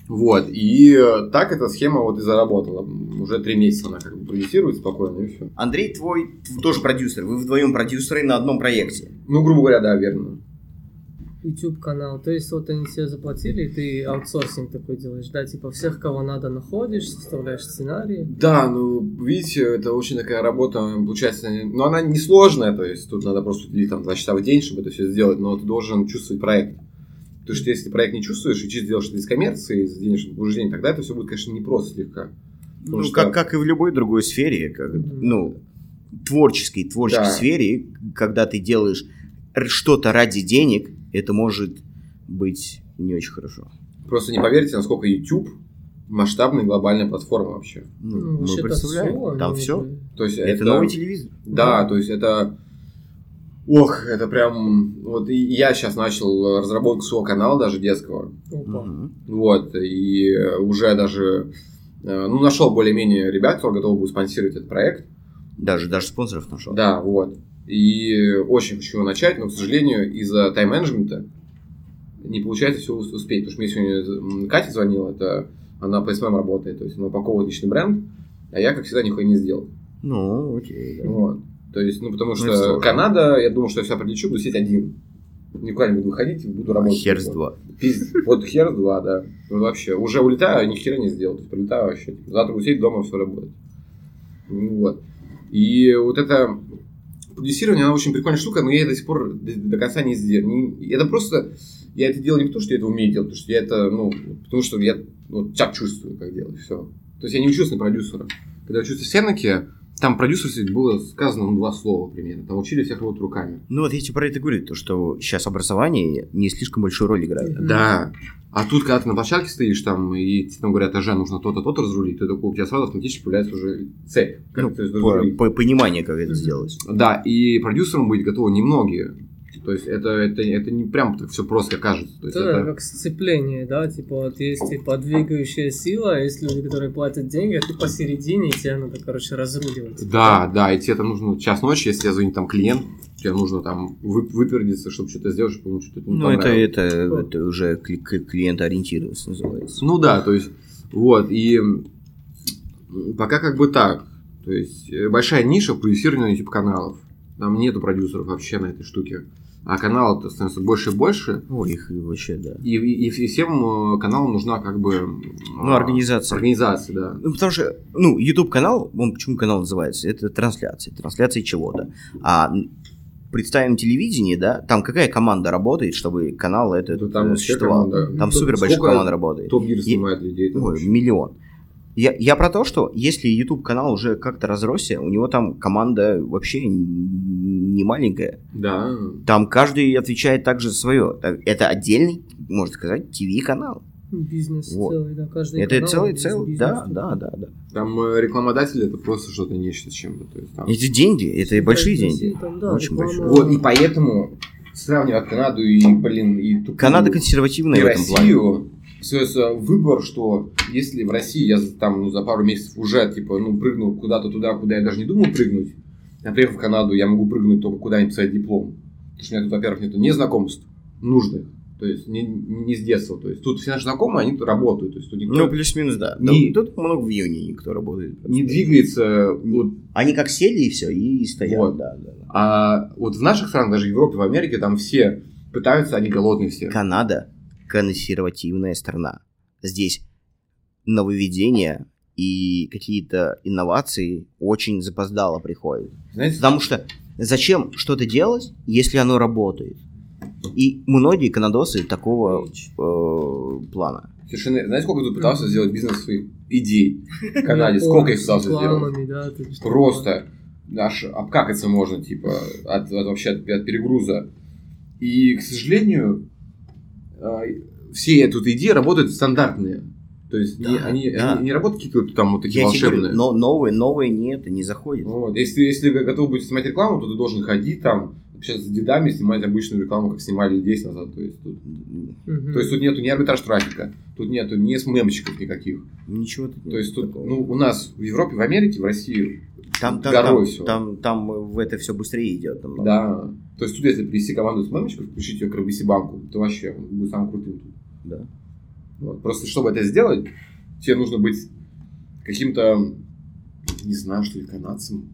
E: Вот. И э, так эта схема вот и заработала. М, Уже три месяца она как бы продюсирует спокойно, и все.
C: Андрей твой тоже продюсер, вы вдвоем продюсеры на одном проекте.
E: Ну, грубо говоря, да, верно.
D: YouTube канал. То есть вот они все заплатили, и ты аутсорсинг такой делаешь, да, типа всех, кого надо, находишь, составляешь сценарии.
E: Да, ну, видите, это очень такая работа, получается, но она несложная, то есть тут надо просто уделить там два часа в день, чтобы это все сделать, но ты должен чувствовать проект. Потому что если ты проект не чувствуешь, и чисто делаешь это из коммерции, из денежных побуждений, тогда это все будет, конечно, непросто слегка.
C: Ну,
E: что-
C: как, как и в любой другой сфере, как,
D: Мгм.
C: ну, творческой, творческой
E: Да.
C: сфере, когда ты делаешь р- что-то ради денег, это может быть не очень хорошо.
E: Просто не поверите, насколько YouTube масштабная глобальная платформа вообще.
C: Ну, мы
D: вообще-то
C: представляем,
D: всё,
C: там
D: они
C: все.
D: же-
E: То есть
C: Это, новый телевизор.
E: Да, то есть это... Ох, это прям... Вот и я сейчас начал разработку своего канала, даже детского.
D: Опа.
C: Мгм.
E: Вот, и э, уже даже, э, ну, нашел более-менее ребят, которые готовы будут спонсировать этот проект.
C: Даже, даже спонсоров нашел.
E: Да, вот. И очень хочу его начать, но, к сожалению, из-за тайм-менеджмента не получается все успеть. Потому что мне сегодня м, Катя звонила, это она по СММ работает, то есть она упаковывает личный бренд, а я, как всегда, нихуя не сделал.
C: Ну, окей. да.
E: Вот. То есть, ну, потому что
C: это сложно.
E: Канада, я думал, что я себя прилечу, буду сидеть один. Никуда не буду выходить, буду работать.
C: Херс 2.
E: Пиз- Вот хер два, да. Ну, Вообще, уже улетаю, ни хера не сделал. То есть Прилетаю вообще. типа, Завтра буду сидеть дома, все работает. Ну, Вот. И вот это продюсирование, она очень прикольная штука, но я ее до сих пор до, до конца не сделал. Не- Это просто... Я это делаю не потому, что я это умею делать, потому что я это, ну, потому что я вот так чувствую, как делать, все. То есть я не учился на продюсера. Когда учился в Сенеке, там продюсерстве было сказано ну, два слова примерно. Там учили всех работать руками.
C: Ну вот я тебе про это говорю, то что сейчас образование не слишком большую роль играет.
D: Мгм.
E: Да. А тут, когда ты на площадке стоишь, там, и тебе там говорят, аже, нужно то-то, то-то разрулить, ты такой, у тебя сразу автоматически появляется уже цепь. Как
C: Ну,
E: это
C: по-
E: разрулить.
C: по- понимание, как это
D: Мгм.
C: сделать.
E: Да, и продюсером быть готовы немногие. То есть это, это, это не прям так все просто, как кажется. То есть
D: Это
E: это-
D: как сцепление, да, типа вот есть типа двигающая сила, а есть люди, которые платят деньги, а ты посередине, и тебе надо, короче, разруливать.
E: Да, да, и тебе там нужно час ночи, если тебе звонит там клиент, тебе нужно там вы, выпердиться, чтобы что-то сделать, чтобы ему что-то не
C: Ну, это,
E: понравилось.
C: это, это уже кли- к- клиентоориентированность называется.
E: Ну да, то есть, вот, и м, пока как бы так. То есть, э, большая ниша в продюсировании YouTube-каналов. Там нету продюсеров вообще на этой штуке. А каналов становится больше и больше.
C: Ой, Ну, их и вообще, да.
E: И, и- и всем э, каналам нужна как бы...
C: Ну, организация.
E: Организация, да.
C: Ну, потому что, ну, YouTube-канал, он почему канал называется? Это трансляция, трансляция чего-то. А м, представим телевидение, да, там какая команда работает, чтобы канал этот
E: Ну,
C: э,
E: вообще
C: существовал?
E: команда.
C: Там супер большая
E: Сколько
C: команда работает.
E: Топ-гир
C: И-
E: снимает людей. там
C: Ой,
E: вообще.
C: миллион. Я, я про то, что если YouTube канал уже как-то разросся, у него там команда вообще н- не маленькая.
E: Да.
C: Там каждый отвечает также за свое. Так, Это отдельный, можно сказать, ТВ-канал.
D: Бизнес
C: Вот.
D: целый, да, каждый
C: Это
D: канал
C: целый,
D: есть
C: целый,
D: бизнес.
C: да, да, да, да.
E: Там э, рекламодатели это просто что-то нечто с чем-то. То есть, там-
C: Эти деньги, это и большие
D: Да,
C: деньги.
D: там, да,
C: Очень
D: реклама.
C: большие.
E: Вот, и поэтому сравнивать Канаду и, блин, и тупую-
C: Канада консервативная
E: и
C: в этом плане.
E: Россию, соответственно, выбор, что если в России я за- там ну, за пару месяцев уже типа ну прыгнул куда-то туда, куда я даже не думал прыгнуть, а приехав в Канаду, я могу прыгнуть только куда-нибудь писать диплом. Потому что у меня тут, во-первых, нету не знакомств нужных, то есть не, не с детства. То есть тут все наши знакомые, они тут работают, то есть тут никто
C: Ну, плюс-минус, да. Да,
E: Не-
C: Тут много в июне никто работает.
E: не двигается. Вот,
C: Они как сели и все, и стоят.
E: Вот.
C: Да, да, да.
E: а вот в наших странах, даже в Европе, в Америке, там все пытаются, они голодные все.
C: Канада консервативная страна. Здесь нововведения и какие-то инновации очень запоздало приходят.
E: Знаете,
C: Потому что зачем что-то делать, если оно работает? И многие канадосы такого
D: Речь.
C: э, плана.
E: Совершенно... Знаете, сколько тут пытался сделать бизнес своих идей в Канаде?
D: Ну,
E: Сколько их
D: с
E: пытался сделать?
D: рекламами, да, то есть-
E: Просто аж обкакаться можно, типа, от, от вообще от, от перегруза. И, к сожалению, э, все тут идеи работают стандартные. То есть не-
C: Да,
E: они,
C: да.
E: они не работают какие-то вот там вот такие
C: Я тебе
E: волшебные.
C: говорю, но новые, новые нет, не заходит.
E: Вот. Если, если ты готов будешь снимать рекламу, то ты должен ходить там, сейчас с дедами снимать обычную рекламу, как снимали 10 назад. То есть тут,
D: Мгм.
E: то есть тут нету ни арбитраж трафика, тут нету ни СММщиков никаких.
C: Ничего тут нет
E: То есть тут,
C: такого.
E: ну, у нас в Европе, в Америке, в России,
C: там, там,
E: горой
C: там,
E: всё.
C: там, там э, в это все быстрее идет. там,
E: типа, да. То есть тут, если привести команду СММщиков, включить ее к RBC банку, то вообще он будет самым крутым тут.
C: Да.
E: Вот. Просто чтобы это сделать, тебе нужно быть каким-то, не знаю, что ли, канадцем.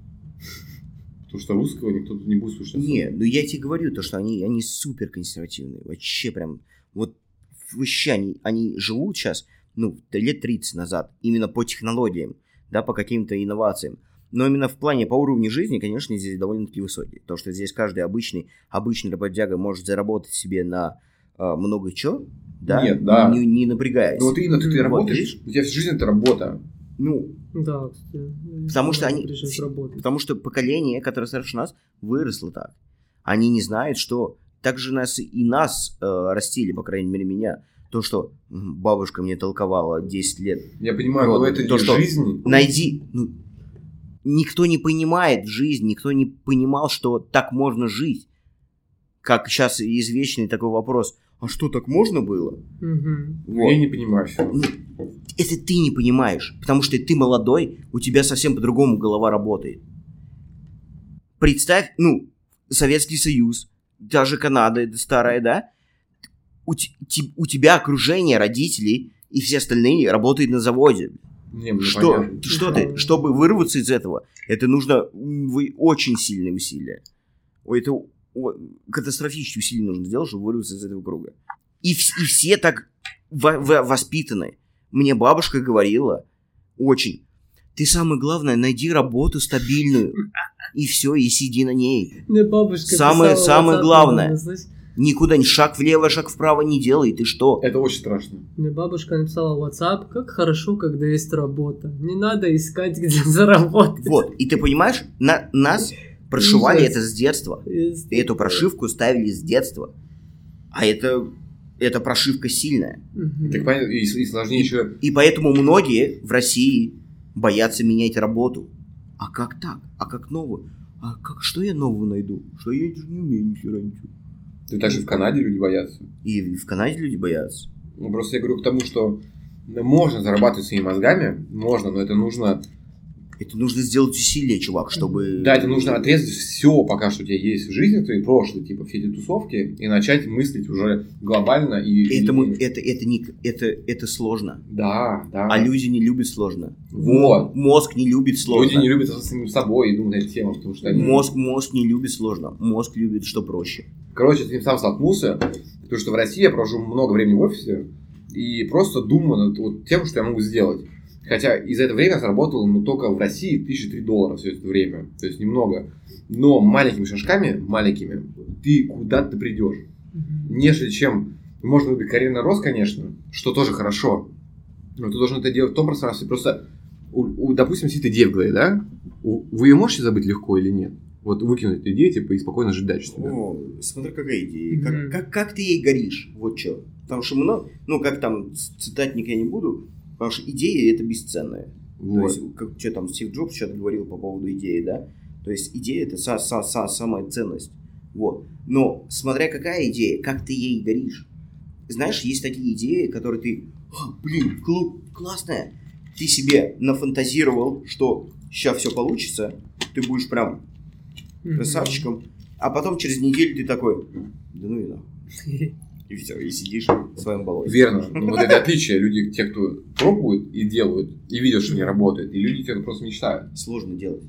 E: Потому что русского никто тут не будет слушать.
C: Не, ну я тебе говорю, то, что они, они супер консервативные. Вообще прям, вот вообще они, они живут сейчас, ну, т- лет 30 назад, именно по технологиям, да, по каким-то инновациям. Но именно в плане по уровню жизни, конечно, здесь довольно-таки высокие. То, что здесь каждый обычный, обычный работяга может заработать себе на а, много чего, да,
E: Нет, да.
C: не, не напрягаясь.
E: Ну вот именно ты, ты
D: Вот,
E: работаешь,
C: видишь?
E: у тебя всю жизнь это работа.
C: Ну,
D: Да, кстати. Ну,
C: Потому что
D: надо
C: они-
D: прижать работу.
C: Потому что поколение, которое старше нас, выросло так. Они не знают, что так же нас и нас э, растили, по крайней мере, меня. То, что м, бабушка мне толковала 10 лет.
E: Я понимаю,
C: Вот,
E: но это
C: то,
E: не
C: что-
E: жизнь.
C: Найди. Ну, никто не понимает жизнь, никто не понимал, что так можно жить. Как сейчас извечный такой вопрос: а что так можно было?
D: Мгм.
C: Вот.
E: Я не понимаю все.
C: Это ты не понимаешь, потому что ты молодой, у тебя совсем по-другому голова работает. Представь, ну, Советский Союз, даже Канада это старая, да? У, те- те- у тебя окружение родителей и все остальные работают на заводе.
E: Не, мне
C: что,
E: понятно.
C: что ты, чтобы вырваться из этого, это нужно м, вы- очень сильные усилия. Ой, это о- катастрофические усилия нужно сделать, чтобы вырваться из этого круга. И, вс- и все так во- во- воспитаны. Мне бабушка говорила очень. Ты самое главное, найди работу стабильную. И все, и сиди на ней.
D: Мне бабушка
C: Самое-
D: писала
C: самое
D: WhatsApp,
C: главное.
D: она, слышь,
C: Никуда ни шаг влево, шаг вправо не делай. Ты что?
E: Это очень страшно.
D: Мне бабушка написала в WhatsApp, как хорошо, когда есть работа. Не надо искать, где заработать.
C: Вот. И ты понимаешь, на- нас прошивали это с детства.
D: Есть.
C: И эту прошивку ставили с детства. А это, эта прошивка сильная.
D: Мгм.
E: Так понятно, и, и сложнее еще.
C: И поэтому многие в России боятся менять работу. А как так? А как новую? А как, что я нового найду? Что я даже не умею ни хера ничего.
E: Ты также в Канаде люди боятся.
C: И в Канаде люди боятся.
E: Ну, просто я говорю к тому, что можно зарабатывать своими мозгами, можно, но это нужно.
C: Это нужно сделать усилие, чувак, чтобы...
E: Да, это нужно отрезать все, пока что у тебя есть в жизни, твои прошлые, типа все эти тусовки, и начать мыслить уже глобально и.
C: Это, мы-
E: и-
C: это, это, не, это, это сложно.
E: Да, да.
C: А люди не любят сложно.
E: Вот.
C: Мозг не любит сложно.
E: Люди не любят со самим собой и думают на эту тему, потому что они...
C: Мозг, мозг не любит сложно. Мозг любит, что проще.
E: Короче, я с ним сам столкнулся, потому что в России я провожу много времени в офисе и просто думаю над вот тем, что я могу сделать. Хотя и за это время я заработал ну, только в России тысячи три доллара все это время, то есть немного. Но маленькими шажками, маленькими, ты куда-то придешь.
D: Мгм.
E: Нежели чем, можно выбить карьерный рост, конечно, что тоже хорошо, но ты должен это делать в том пространстве. Просто, у, у, допустим, сидит идея в голове, да? У- вы ее можете забыть легко или нет? Вот выкинуть эту идею, типа, и спокойно жить дальше. да?
C: О, смотря какая идея.
D: Мгм.
C: Как, как, как ты ей горишь? Вот что. Потому что много... Ну, как там, ц- цитатник я не буду, потому что идеи это бесценная.
E: Вот.
C: То есть, как что там Стив Джобс что-то говорил по поводу идеи, да? То есть, идея это са- са- са- самая ценность. Вот. Но смотря какая идея, как ты ей горишь. Знаешь, есть такие идеи, которые ты... «А, блин, клуб классная. Ты себе нафантазировал, что сейчас все получится, ты будешь прям
D: Мгм.
C: красавчиком. А потом через неделю ты такой, да ну и нахуй. И все, и сидишь в своем болоте.
E: Верно. Ну, вот это отличие. Люди, те, кто пробуют и делают, и видят, что не работает, и люди, те, кто просто мечтают.
C: Сложно делать.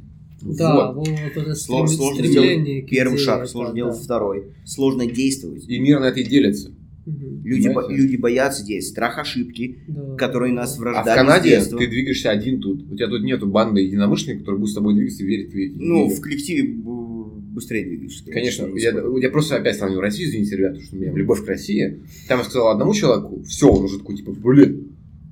D: Да, вот
E: Вот.
D: это
C: Сло-
D: стрем-
C: сложно
D: стремление
C: делать
D: к
C: первый
D: идее,
C: шаг,
D: это,
C: сложно
D: да.
C: делать второй. Сложно действовать.
E: И мир на это и делится.
D: Мгм.
C: Люди, бо-
E: Понимаете?
C: люди боятся действовать. Страх ошибки,
D: Да.
C: который нас
E: А в
C: врождали с
E: Канаде
C: детства.
E: ты двигаешься один тут. У тебя тут нету банды единомышленников, которые будут с тобой двигаться и верить в твои
C: Ну,
E: идеи.
C: в коллективе б- быстрее двигаешься.
E: Ну, Конечно, я, я просто опять сравнил Россию, извините, ребята, что у меня любовь к России. Там я сказал одному человеку, все, он уже такой, типа, блин,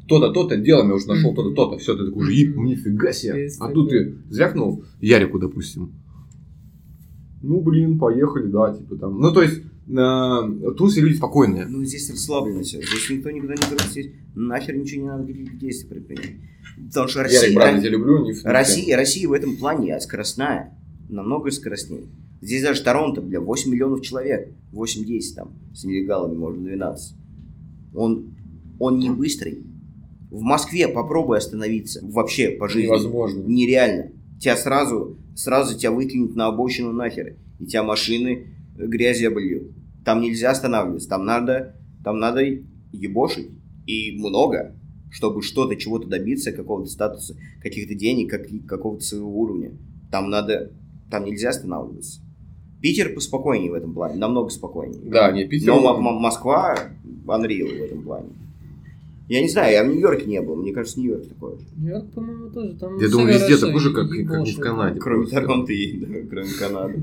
E: то-то, то-то, дело, я уже нашел то-то, то-то. Все, ты такой уже, «Еб, нифига себе.
D: Есть
E: А тут ты звякнул Ярику, допустим. Ну, блин, поехали, да, типа там. Ну, то есть, э, в Турции люди спокойные.
C: Ну, здесь расслаблено все. Здесь никто никуда не говорит, здесь нахер ничего не надо никаких действий предпринять. Потому что Россия,
E: Ярик, брат, я тебя люблю, не в
C: Россия, Россия в этом плане а скоростная. Намного скоростнее. Здесь даже Торонто, бля, 8 миллионов человек. 8-10 там, с нелегалами, может, 12. Он, он не быстрый. В Москве попробуй остановиться. Вообще, по жизни.
E: Невозможно.
C: Нереально. Тебя сразу, сразу тебя выкинут на обочину нахер. И тебя машины э, грязью обольют. Там нельзя останавливаться. Там надо, там надо ебошить. И много. Чтобы что-то, чего-то добиться, какого-то статуса, каких-то денег, как, какого-то своего уровня. Там надо, там нельзя останавливаться. Питер поспокойнее в этом плане, намного спокойнее.
E: Да, не Питер.
C: Но М- М- Москва Unreal в этом плане. Я не знаю, я в Нью-Йорке не был, мне кажется, Нью-Йорк такой же.
D: Нью-Йорк, Ну, по-моему, тоже. Там
E: Я
D: все
E: думаю, везде
D: города
E: такой же, как, как не
D: ебошат.
E: в Канаде.
C: Кроме
E: просто.
C: Торонто и да, кроме Канады.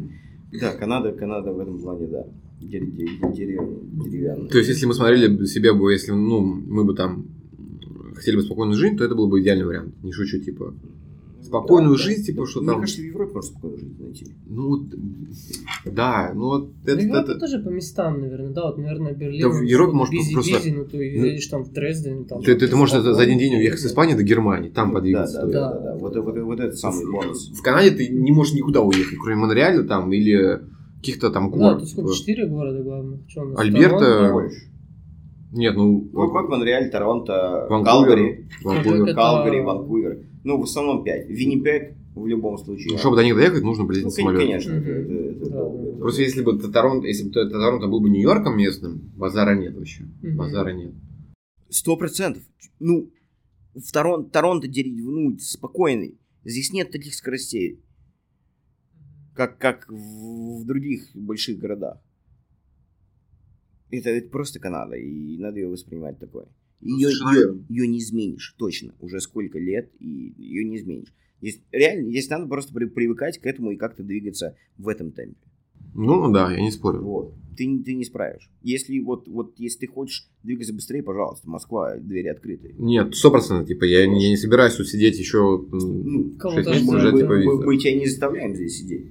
C: Да, Канада, Канада в этом плане, да. Де- де- де- деревня- Деревянная.
E: То есть, если мы смотрели бы себя бы, если ну, мы бы там хотели бы спокойную жизнь, то это был бы идеальный вариант. Не шучу, типа. Спокойную
C: Да,
E: жизнь, типа,
C: да.
E: что
C: Мне
E: там.
C: кажется, в Европе можно спокойную жизнь найти.
E: Ну вот, да, ну вот
D: Да,
E: это,
D: Европа
E: это-
D: тоже по местам, наверное, да, вот, наверное, Берлин.
E: Да, в
D: он
E: Европе,
D: всё
E: может,
D: бизи-
E: просто-
D: бизи, ну, ты
E: Ну,
D: едешь там в Дрезден, там...
E: ты, ты, ты можешь за, за один
D: спокойно.
E: день уехать с Испании до Германии, там подвигаться.
C: Да, да,
E: стоит.
C: да, да, да. Вот, вот, вот это самый бонус.
E: В Канаде ты не можешь никуда уехать, кроме Монреаля там или каких-то там
D: Да,
E: город.
D: тут Ну, а сколько,
E: типа.
D: четыре города главных? Чё ну, у нас?
E: Альберта,
D: Торонто,
E: Нет, ну,
C: Ну, как Монреаль, Торонто,
E: Ванкувер,
C: Калгари,
E: Ванкувер.
D: Это-
C: Калгари, Ванкувер. Ну, в основном 5. Виннипек в любом случае.
E: Ну, чтобы до них доехать, нужно, блин,
C: Ну,
E: на самолете.
C: конечно, это, это, это
D: Да,
C: долго.
D: да.
E: Просто если бы Торонто, если бы Торонто был бы Нью-Йорком местным, базара нет вообще.
D: Мгм.
E: Базара нет.
C: Сто процентов. Ну, в Торон- Торонто дерь- ну, спокойный. Здесь нет таких скоростей, как, как в, в других больших городах. Это, это просто Канада, и надо ее воспринимать такой. Ее,
E: совершенно верно.
C: не изменишь, точно, уже сколько лет, и ее не изменишь. Здесь, реально, здесь надо просто при- привыкать к этому и как-то двигаться в этом темпе.
E: Ну, да, я не спорю.
C: Вот. Ты, не- ты не справишь. Если вот, вот если ты хочешь двигаться быстрее, пожалуйста, Москва, двери открыты.
E: Нет, сто процентов, типа, я, не- я не собираюсь тут сидеть еще...
C: Ну,
D: Кого-то
E: Шесть
C: мы,
E: лет
D: ждать,
E: уже,
C: мы-
E: типа,
D: да.
C: мы-
E: и-
C: мы тебя не заставляем здесь сидеть.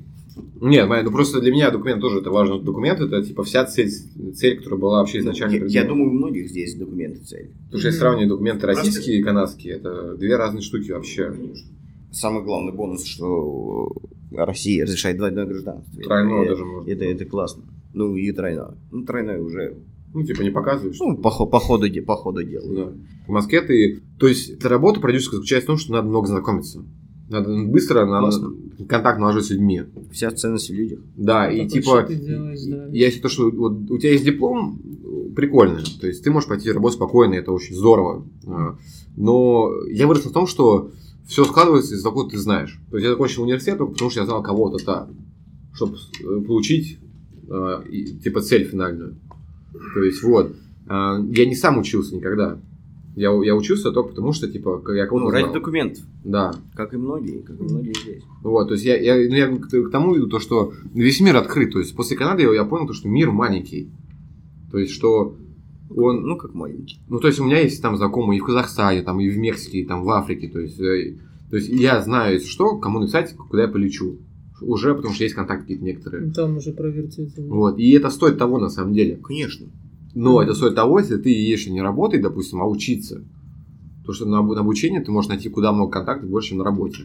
E: Нет, Майя, ну просто для меня документ тоже это важно. Документ это типа вся цель, цель которая была вообще изначально.
C: Ну, Я, я
E: придумана.
C: думаю, у многих здесь документы цель.
E: Потому что если
D: Мгм.
E: сравнивать документы
C: Просто-
E: российские и канадские, это две разные штуки вообще.
C: Самый главный бонус, что Россия разрешает двойное гражданство.
E: Тройное
C: это,
E: даже можно.
C: это, это классно. Ну и тройное. Ну тройное уже.
E: Ну, типа, не показываешь.
C: Ну, по, хо- по ходу, де- по ходу дела.
E: Да. В Москве ты... То есть, эта работа продюсерская заключается в том, что надо много знакомиться. Надо ну, быстро надо
C: Классно.
E: контакт наложить с людьми.
C: Вся ценность в людях.
E: Да,
D: Ну,
E: и
D: так вот,
E: типа,
D: что ты делаешь, да.
E: я считаю, что вот у тебя есть диплом, э, прикольно, то есть ты можешь пойти работать спокойно, это очень здорово. А, Но я вырос на том, что все складывается из того, кого ты знаешь. То есть я закончил университет только потому, что я знал кого-то там, чтобы получить э, и, типа цель финальную. То есть вот, А, я не сам учился никогда. Я, у- я учился только потому, что типа я кого-то
C: Ну, ради
E: знал.
C: документов.
E: Да.
C: Как и многие, как и многие здесь.
E: Вот, то есть я, я, ну, я к к тому иду, то, что весь мир открыт. То есть после Канады я, я понял, то, что мир маленький. То есть, что он...
C: Ну, как маленький.
E: Ну, то есть у меня есть там знакомые и в Казахстане, там, и в Мексике, и там, в Африке. То есть, э, то есть я знаю, если что, кому написать, куда я полечу. Уже, потому что есть контакты какие-то некоторые.
D: Ну, Там уже провертится.
E: Вот. И это стоит того, на самом деле.
C: Конечно.
E: Но это стоит того, если ты едешь и не работать, допустим, а учиться. То, что на, обу- на обучение ты можешь найти куда много контактов больше, чем на работе.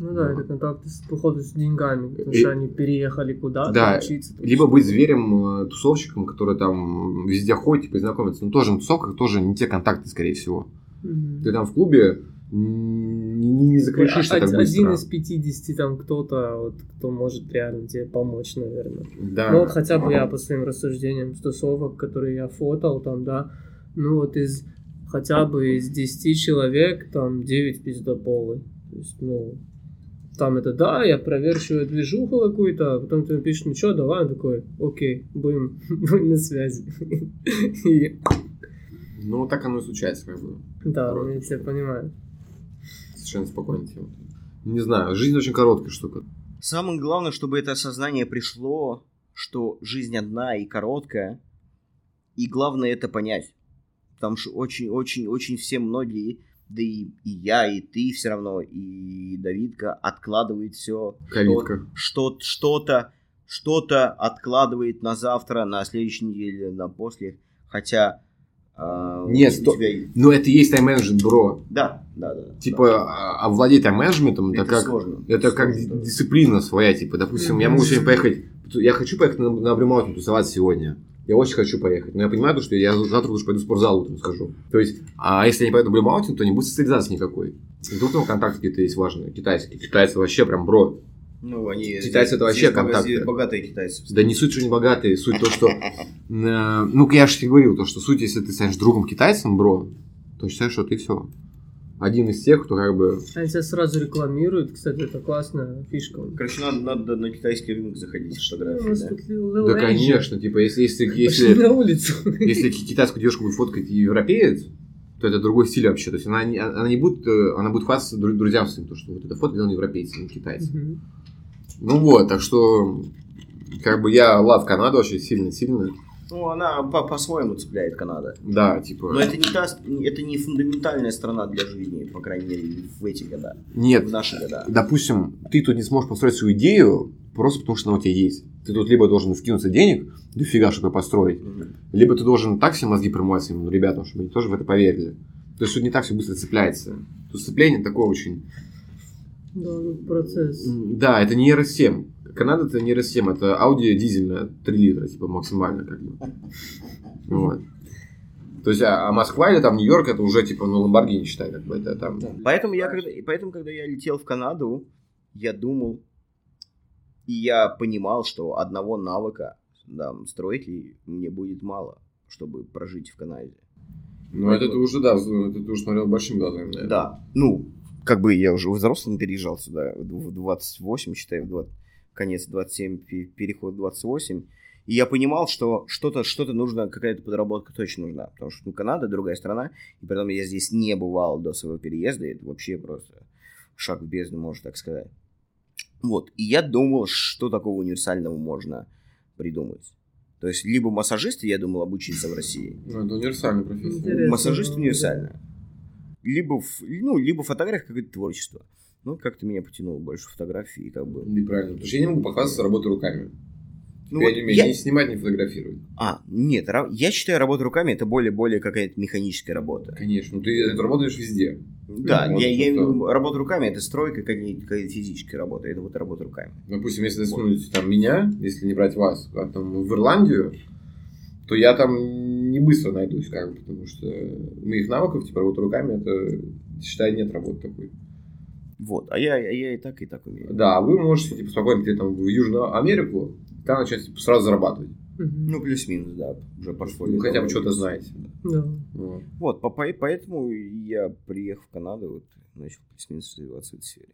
D: Ну да, это контакты, с, походу, с деньгами, потому
E: И-
D: что они переехали куда-то
E: Да,
D: учиться. там
E: Либо быть зверем, э, тусовщиком, который там везде ходит, типа, и знакомится. Но тоже на тусовках тоже не те контакты, скорее всего.
D: Мгм. а
E: Ты там в клубе м, не, не закрешишься так
D: Один
E: быстро.
D: из 50 там кто-то, вот, кто может реально тебе помочь, наверное.
E: Да.
D: Ну вот хотя бы я по своим рассуждениям с тусовок, которые я фотал там, да, ну вот из хотя бы из 10 человек там 9 пиздополы. То есть, ну, там это да, я проверчиваю движуху какую-то, а потом ты напишешь, ну что, давай, он такой, окей, будем, будем на связи. И-
E: Ну, так оно и случается, как бы.
D: Да, ну,
E: Короче.
D: я тебя понимаю.
E: Совершенно спокойно тема. Не знаю, жизнь очень короткая штука.
C: Самое главное, чтобы это осознание пришло, что жизнь одна и короткая. И главное это понять. Потому что очень-очень-очень все многие, да и, и я, и ты все равно, и Давидка откладывает все.
E: Ковидка.
C: Что, что-то, что-то откладывает на завтра, на следующей неделе, на после. Хотя... э,
E: Нет,
C: у
E: сто-
C: тебя-
E: Но Ну, это и есть тайм-менеджмент, бро.
C: Да, да, да.
E: Типа, а- овладеть тайм-менеджментом, это,
C: Это
E: как,
C: сложно.
E: это как ди-
C: Сложно.
E: дисциплина своя, типа, допустим, я
D: Мгм.
E: могу сегодня поехать, я хочу поехать на, на Абримауту тусоваться сегодня, я очень хочу поехать, но я понимаю, то, что я завтра лучше пойду в спортзал утром скажу. То есть, а если я не поеду на Блюмаутин, то не будет социализации никакой. Вдруг там контакты какие-то есть важные, китайские. Китайцы вообще прям бро.
C: Ну, они...
E: Китайцы это вообще
C: здесь бога-
E: контакты.
C: здесь богатые китайцы.
E: Да не суть, что не богатые, суть то, что... э, Ну, я же тебе говорил, то, что суть, если ты станешь другом китайцем, бро, то считаешь, что ты все. Один из тех, кто как бы...
D: Они тебя сразу рекламируют, кстати, это классная фишка.
C: Короче, надо, надо на китайский рынок заходить с
D: Ну, у нас
C: фотографией,
D: тут Lil
E: Да,
D: Angel.
E: конечно, типа, если... если,
D: Пошли
E: если...
D: на улицу.
E: если ки- китайскую девушку будет фоткать европеец, то это другой стиль вообще. То есть она не, она не будет, э, она будет хвастаться дру- друзьям своим, то, что вот это фото делал европейцы, не китайцы.
D: Мгм.
E: Ну вот, так что, как бы я лав Канаду очень сильно-сильно.
C: да. Ну, она по- по-своему цепляет Канада.
E: Да, типа...
C: Но Ну, это не, та, это не фундаментальная страна для жизни, по крайней мере, в эти года.
E: Нет,
C: В наши года.
E: допустим, ты тут не сможешь построить свою идею, просто потому что она у тебя есть. Ты тут либо должен вкинуться денег, дофига, чтобы её построить,
C: Мгм.
E: либо ты должен так все мозги промывать своим ну, ребятам, чтобы они тоже в это поверили. То есть тут не так все быстро цепляется. Тут цепление такое очень
D: Да, ну, процесс.
E: М, Да, это не RS7. Канада это не RS7, это Audi дизельная 3 литра, типа максимально как бы. Вот. То есть, а, а Москва или там Нью-Йорк, это уже типа, ну, Ламборгини, считай, как бы, это там.
C: Поэтому, я, когда- и поэтому, когда я летел в Канаду, я думал, и я понимал, что одного навыка да, стройки мне будет мало, чтобы прожить в Канаде.
E: Ну, это ты уже, да, вз- это ты уже смотрел большими глазами, наверное.
C: Да. Ну, как бы я уже взрослым переезжал сюда в 28, считай, в 20, конец 27, пе- переход 28. И я понимал, что что-то что нужно, какая-то подработка точно нужна. Потому что ну, Канада другая страна, и потом я здесь не бывал до своего переезда, и это вообще просто шаг в бездну, можно так сказать. Вот, и я думал, что такого универсального можно придумать. То есть, либо массажисты, я думал, обучиться в России,
E: Ну, это универсальная профессия.
D: Интерес-
C: ну,
D: Интересно,
C: массажист
D: да.
C: универсально. Либо, ф- ну, либо фотография, какое-то творчество. Ну, как-то меня потянуло больше фотографии, как бы.
E: Неправильно, потому что я не могу похвастаться работой руками.
C: Ну,
E: я
C: вот
E: не умею
C: я-
E: ни снимать, ни фотографировать.
C: А, нет, ра- я считаю, работа руками это более-более какая-то механическая работа.
E: Конечно, ну, ты работаешь везде.
C: Да,
E: вот
C: я, я
E: это-
C: имею в виду, работа руками это стройка, какая-то какая-то физическая работа, это вот работа руками.
E: Допустим, если засунуть там меня, если не брать вас, а там в Ирландию, то я там не быстро найдусь, как бы, потому что моих навыков, типа, работа руками, это, считай, нет работы такой.
C: Вот, а я, я- я и так, и так умею.
E: Да, вы можете, типа, спокойно где-то там в Южную Америку, и там начать типа, сразу зарабатывать.
D: Мгм.
C: Ну, плюс-минус, да, уже портфолио.
E: Вы Ну, хотя бы что-то
C: довольно.
E: знаете.
D: Да.
E: Вот.
C: Вот, по- по- поэтому я приехал в Канаду, вот, начал плюс-минус развиваться в этой сфере.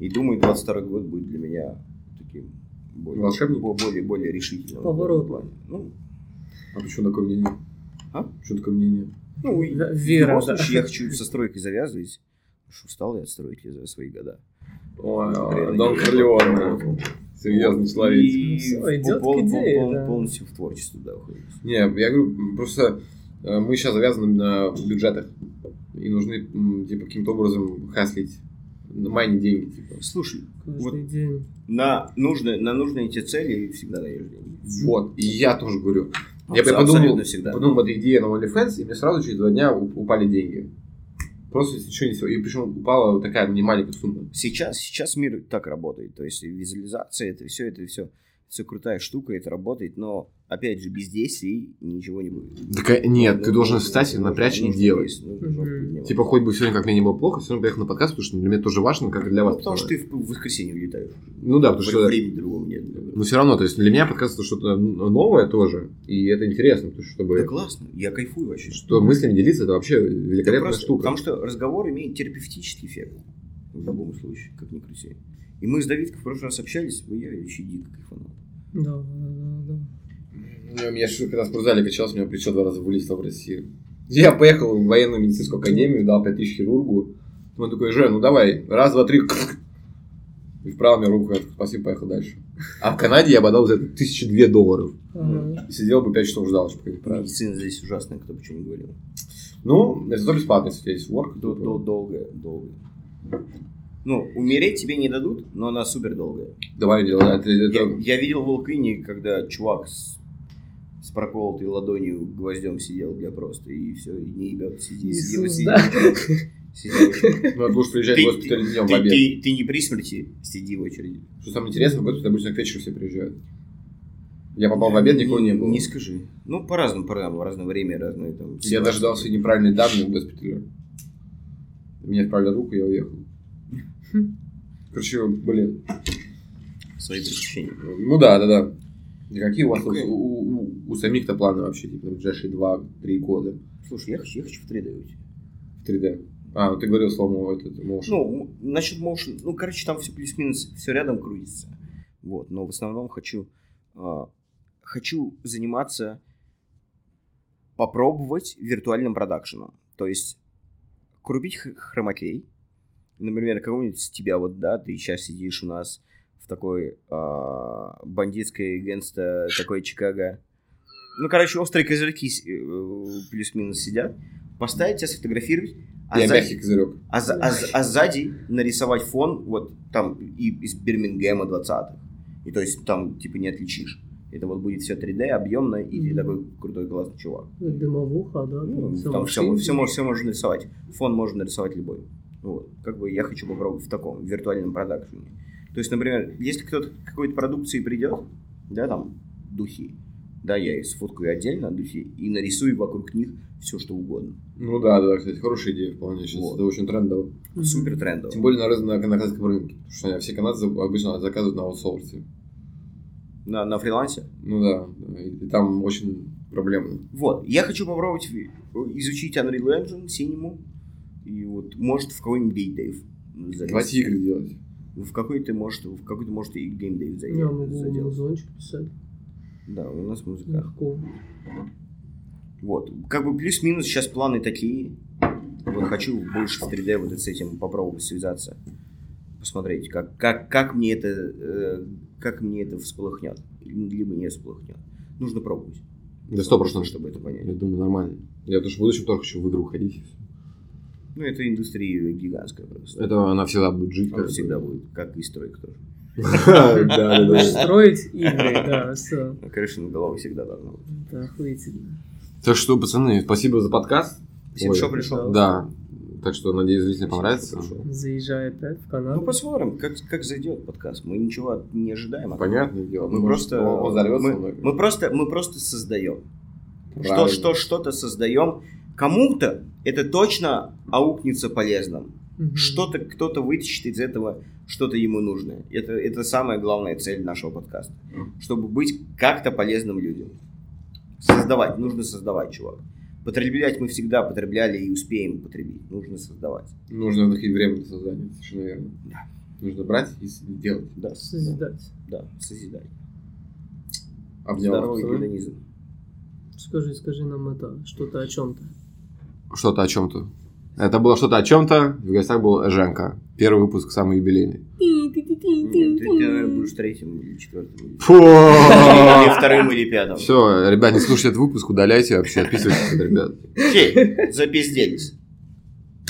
C: И думаю, 22 год будет для меня таким более,
E: Волшебник?
C: бо- более, более решительным.
D: Поворот.
C: в этом плане. Ну,
E: А почему такое мнение?
C: А?
E: Почему такое мнение?
C: ну и
D: Да,
C: в
D: вера,
C: любом
D: да.
C: случае я хочу со стройкой завязывать, потому что устал я от стройки за свои года.
E: Ой,
C: Конкретно
E: Дон
C: не
E: Корлеоне. Серьезный
C: Вот.
E: человек.
C: И
D: Ну, Всё,
C: в-
D: идёт к
C: пол- пол-
D: идее,
C: пол-
D: да.
C: Полностью в творчество, да, уходить.
E: Не, я говорю, м, просто э, мы сейчас завязаны на бюджетах. И нужны, м, типа, каким-то образом хаслить. на Майнить деньги, типа.
C: Слушай,
D: Каждый день.
C: на нужные, на нужные эти цели всегда даешь деньги.
E: Вот, и я тоже говорю. Я бы
C: Абсо-
E: подумал,
C: абсолютно всегда.
E: подумал об этой идее на OnlyFans, и мне сразу через два дня у- упали деньги. Просто если ничего не всего. И причем упала вот такая немаленькая сумма.
C: Сейчас, сейчас мир так работает. То есть и визуализация, это все, это все, все крутая штука, это работает, но опять же без действий ничего не будет.
E: Так нет, ты
C: Ну,
E: должен
C: нужно-
E: встать и
C: нужно-
E: напрячь и
C: нужно
E: делать.
C: есть, нужно жопу
D: Мгм.
C: поднимать.
E: Типа, хоть бы сегодня как мне не было плохо, все равно поехал на подкаст, потому что для меня тоже важно, как и для
C: Ну,
E: вас.
C: потому что ты в в воскресенье улетаешь.
E: Ну да, потому
C: Вре-
E: что...
C: Времени другого нет.
E: Но все равно, то есть для меня подкаст это что-то э, новое тоже, и это интересно, потому что, чтобы
C: Да классно, я кайфую вообще.
E: что мыслями делиться, это вообще великолепная
C: Просто
E: штука.
C: Потому что разговор имеет терапевтический эффект. В любом случае, как ни крути. И мы с Давидкой в прошлый раз общались, я еще дико кайфанул.
D: Да, да, да, да.
E: Ну, Я же когда в спортзале качался, у меня плечо два раза вылезло в Россию. Я поехал в военную медицинскую академию, дал 5000 хирургу. Он такой, Жен, ну давай, раз, два, три. И И в правую руку я такой, спасибо, поехал дальше. А в Канаде я бы отдал за это тысячи две долларов.
D: Ага.
E: И сидел бы 5 часов ждал, чтобы как-то правильно.
C: Медицина здесь ужасная, кто бы что ни говорил.
E: Ну, это зато бесплатно, если у тебя есть work.
C: Дол- дол- Долгая, долгая. Типа. Ну, умереть тебе не дадут, но она супер долгая.
E: Давай, делай. Это-
C: Я,
E: это- ну,
C: я видел в Лукине, когда чувак с, с проколотой ладонью гвоздем сидел для просто, и все, и не ебет, сиди, сидел,
D: Иисус,
C: сидел.
D: да.
C: Сидел.
E: Надо лучше приезжать в
C: Ты-
E: госпиталь днем в
C: Ты,
E: обед.
C: ты- ты не при смерти, сиди в очереди.
E: Что самое интересное, в госпиталь обычно к вечеру все приезжают. Я попал в обед, никого не было.
C: Не скажи. Ну, по-разному, по-разному, разное время, разные там.
E: Я
C: ситуации.
E: дождался неправильной данные в госпитале. Мне отправили руку, я уехал.
C: Хм.
E: Короче, блин.
C: Свои приключения.
E: Ну да, да, да. И какие у вас
C: Окей.
E: у, у- у самих-то планы вообще, типа, на ближайшие 2-3 года
C: Слушай, я хочу, я хочу в 3D уйти.
E: в 3D? А, ну ты говорил слово этот motion.
C: Ну, м- насчет motion, ну, короче, там все плюс-минус, все рядом крутится. Вот, но в основном хочу, а, хочу заниматься, попробовать виртуальным продакшеном. То есть, крутить х- хромакей, например, кого-нибудь с тебя, вот, да, ты сейчас сидишь у нас в такой а, бандитской генста, такой Чикаго. Ну, короче, острые козырьки с- э, плюс-минус сидят. Поставить тебя сфотографировать. а
E: я
C: за-
E: мягкий козырек.
C: а, за- а за- а сзади нарисовать фон, вот там и из Бирмингема 20-х. И то есть там типа не отличишь. Это вот будет все 3D, объемно, и ты такой крутой классный чувак.
D: Ну, Дымовуха, да?
C: Ну,
D: всё
C: там все,
D: машинки.
C: все, можно нарисовать. Фон можно нарисовать любой. Ну Вот. Как бы я хочу попробовать в таком виртуальном продакшене. То есть, например, если кто-то к какой-то продукции придет, да, там, духи, да, я их сфоткаю отдельно, духи, и нарисую вокруг них все, что угодно.
E: Ну да, да, кстати, хорошая идея вполне сейчас.
C: Вот.
E: Это очень трендово.
D: Мгм.
C: Супер трендово.
E: Тем более на, рыз- на, на канадском рынке. Потому что все канадцы обычно заказывают на аутсорсе.
C: На, на фрилансе.
E: Ну да, да, и, и там очень проблемно.
C: Вот, я хочу попробовать ви- изучить Unreal Engine, Cinema, и вот, может, в какой-нибудь геймдейв залезть.
E: Давайте игры делать.
C: В какой-то, может, в какой-то, может, и геймдейв
D: Я могу
C: заделать.
D: музончик писать.
C: Да, у нас музыка.
D: Легко.
C: Вот, как бы плюс-минус сейчас планы такие. Вот хочу больше в 3D вот с этим попробовать связаться. Посмотреть, как, как, как мне это, э, как мне это вспыхнет. Либо не вспыхнет. Нужно пробовать,
E: Да сто процентов.
C: чтобы это понять.
E: Я думаю, нормально. Я потому что в будущем тоже хочу в игру ходить.
C: Ну, это индустрия гигантская просто.
E: Это она всегда будет жить.
C: Она всегда будет, как и стройка тоже.
E: Да, да,
D: Будешь
E: да.
D: строить игры, да, все.
C: А Крыша над головой всегда должна быть.
D: Это охуительно.
E: Так что, пацаны, спасибо за подкаст.
C: Спасибо,
E: Ой.
C: что пришел.
E: Да. Так что, надеюсь, зрителям
C: Спасибо,
E: понравится.
C: что пришел.
D: Заезжай опять в
C: Ну,
D: Канаду.
C: посмотрим, как, как зайдет подкаст. Мы ничего от- не ожидаем. от-
E: Понятное дело.
C: Мы
E: ну,
C: просто,
E: Он он взорвется.
C: мы,
E: много.
C: мы просто, мы просто создаем. Что,
E: Правильно.
C: что, что-то создаем. Кому-то это точно аукнется полезным.
D: Мгм.
C: Что-то кто-то вытащит из этого что-то ему нужное. Это, это самая главная цель нашего подкаста. Чтобы быть как-то полезным людям. Создавать. Нужно создавать, чувак. Потреблять мы всегда потребляли и успеем потребить. Нужно создавать.
E: Нужно находить время для создания, совершенно верно.
C: Да.
E: Нужно брать и с- делать.
C: Да,
D: Созидать.
C: да, созидай.
E: Обнял.
C: Здоровый
E: пацаны.
C: гедонизм.
D: Скажи, скажи нам это, что-то о чем-то.
E: Что-то о чем-то. Это было что-то о чем-то. В гостях был Женка. Первый выпуск самый юбилейный.
C: Нет, ты, ты, наверное, будешь третьим или четвертым. или-
E: Фу!
C: Или вторым, или пятым.
E: Все, ребят, не слушайте этот выпуск, удаляйте вообще, отписывайтесь от ребят.
C: Окей, запизделись.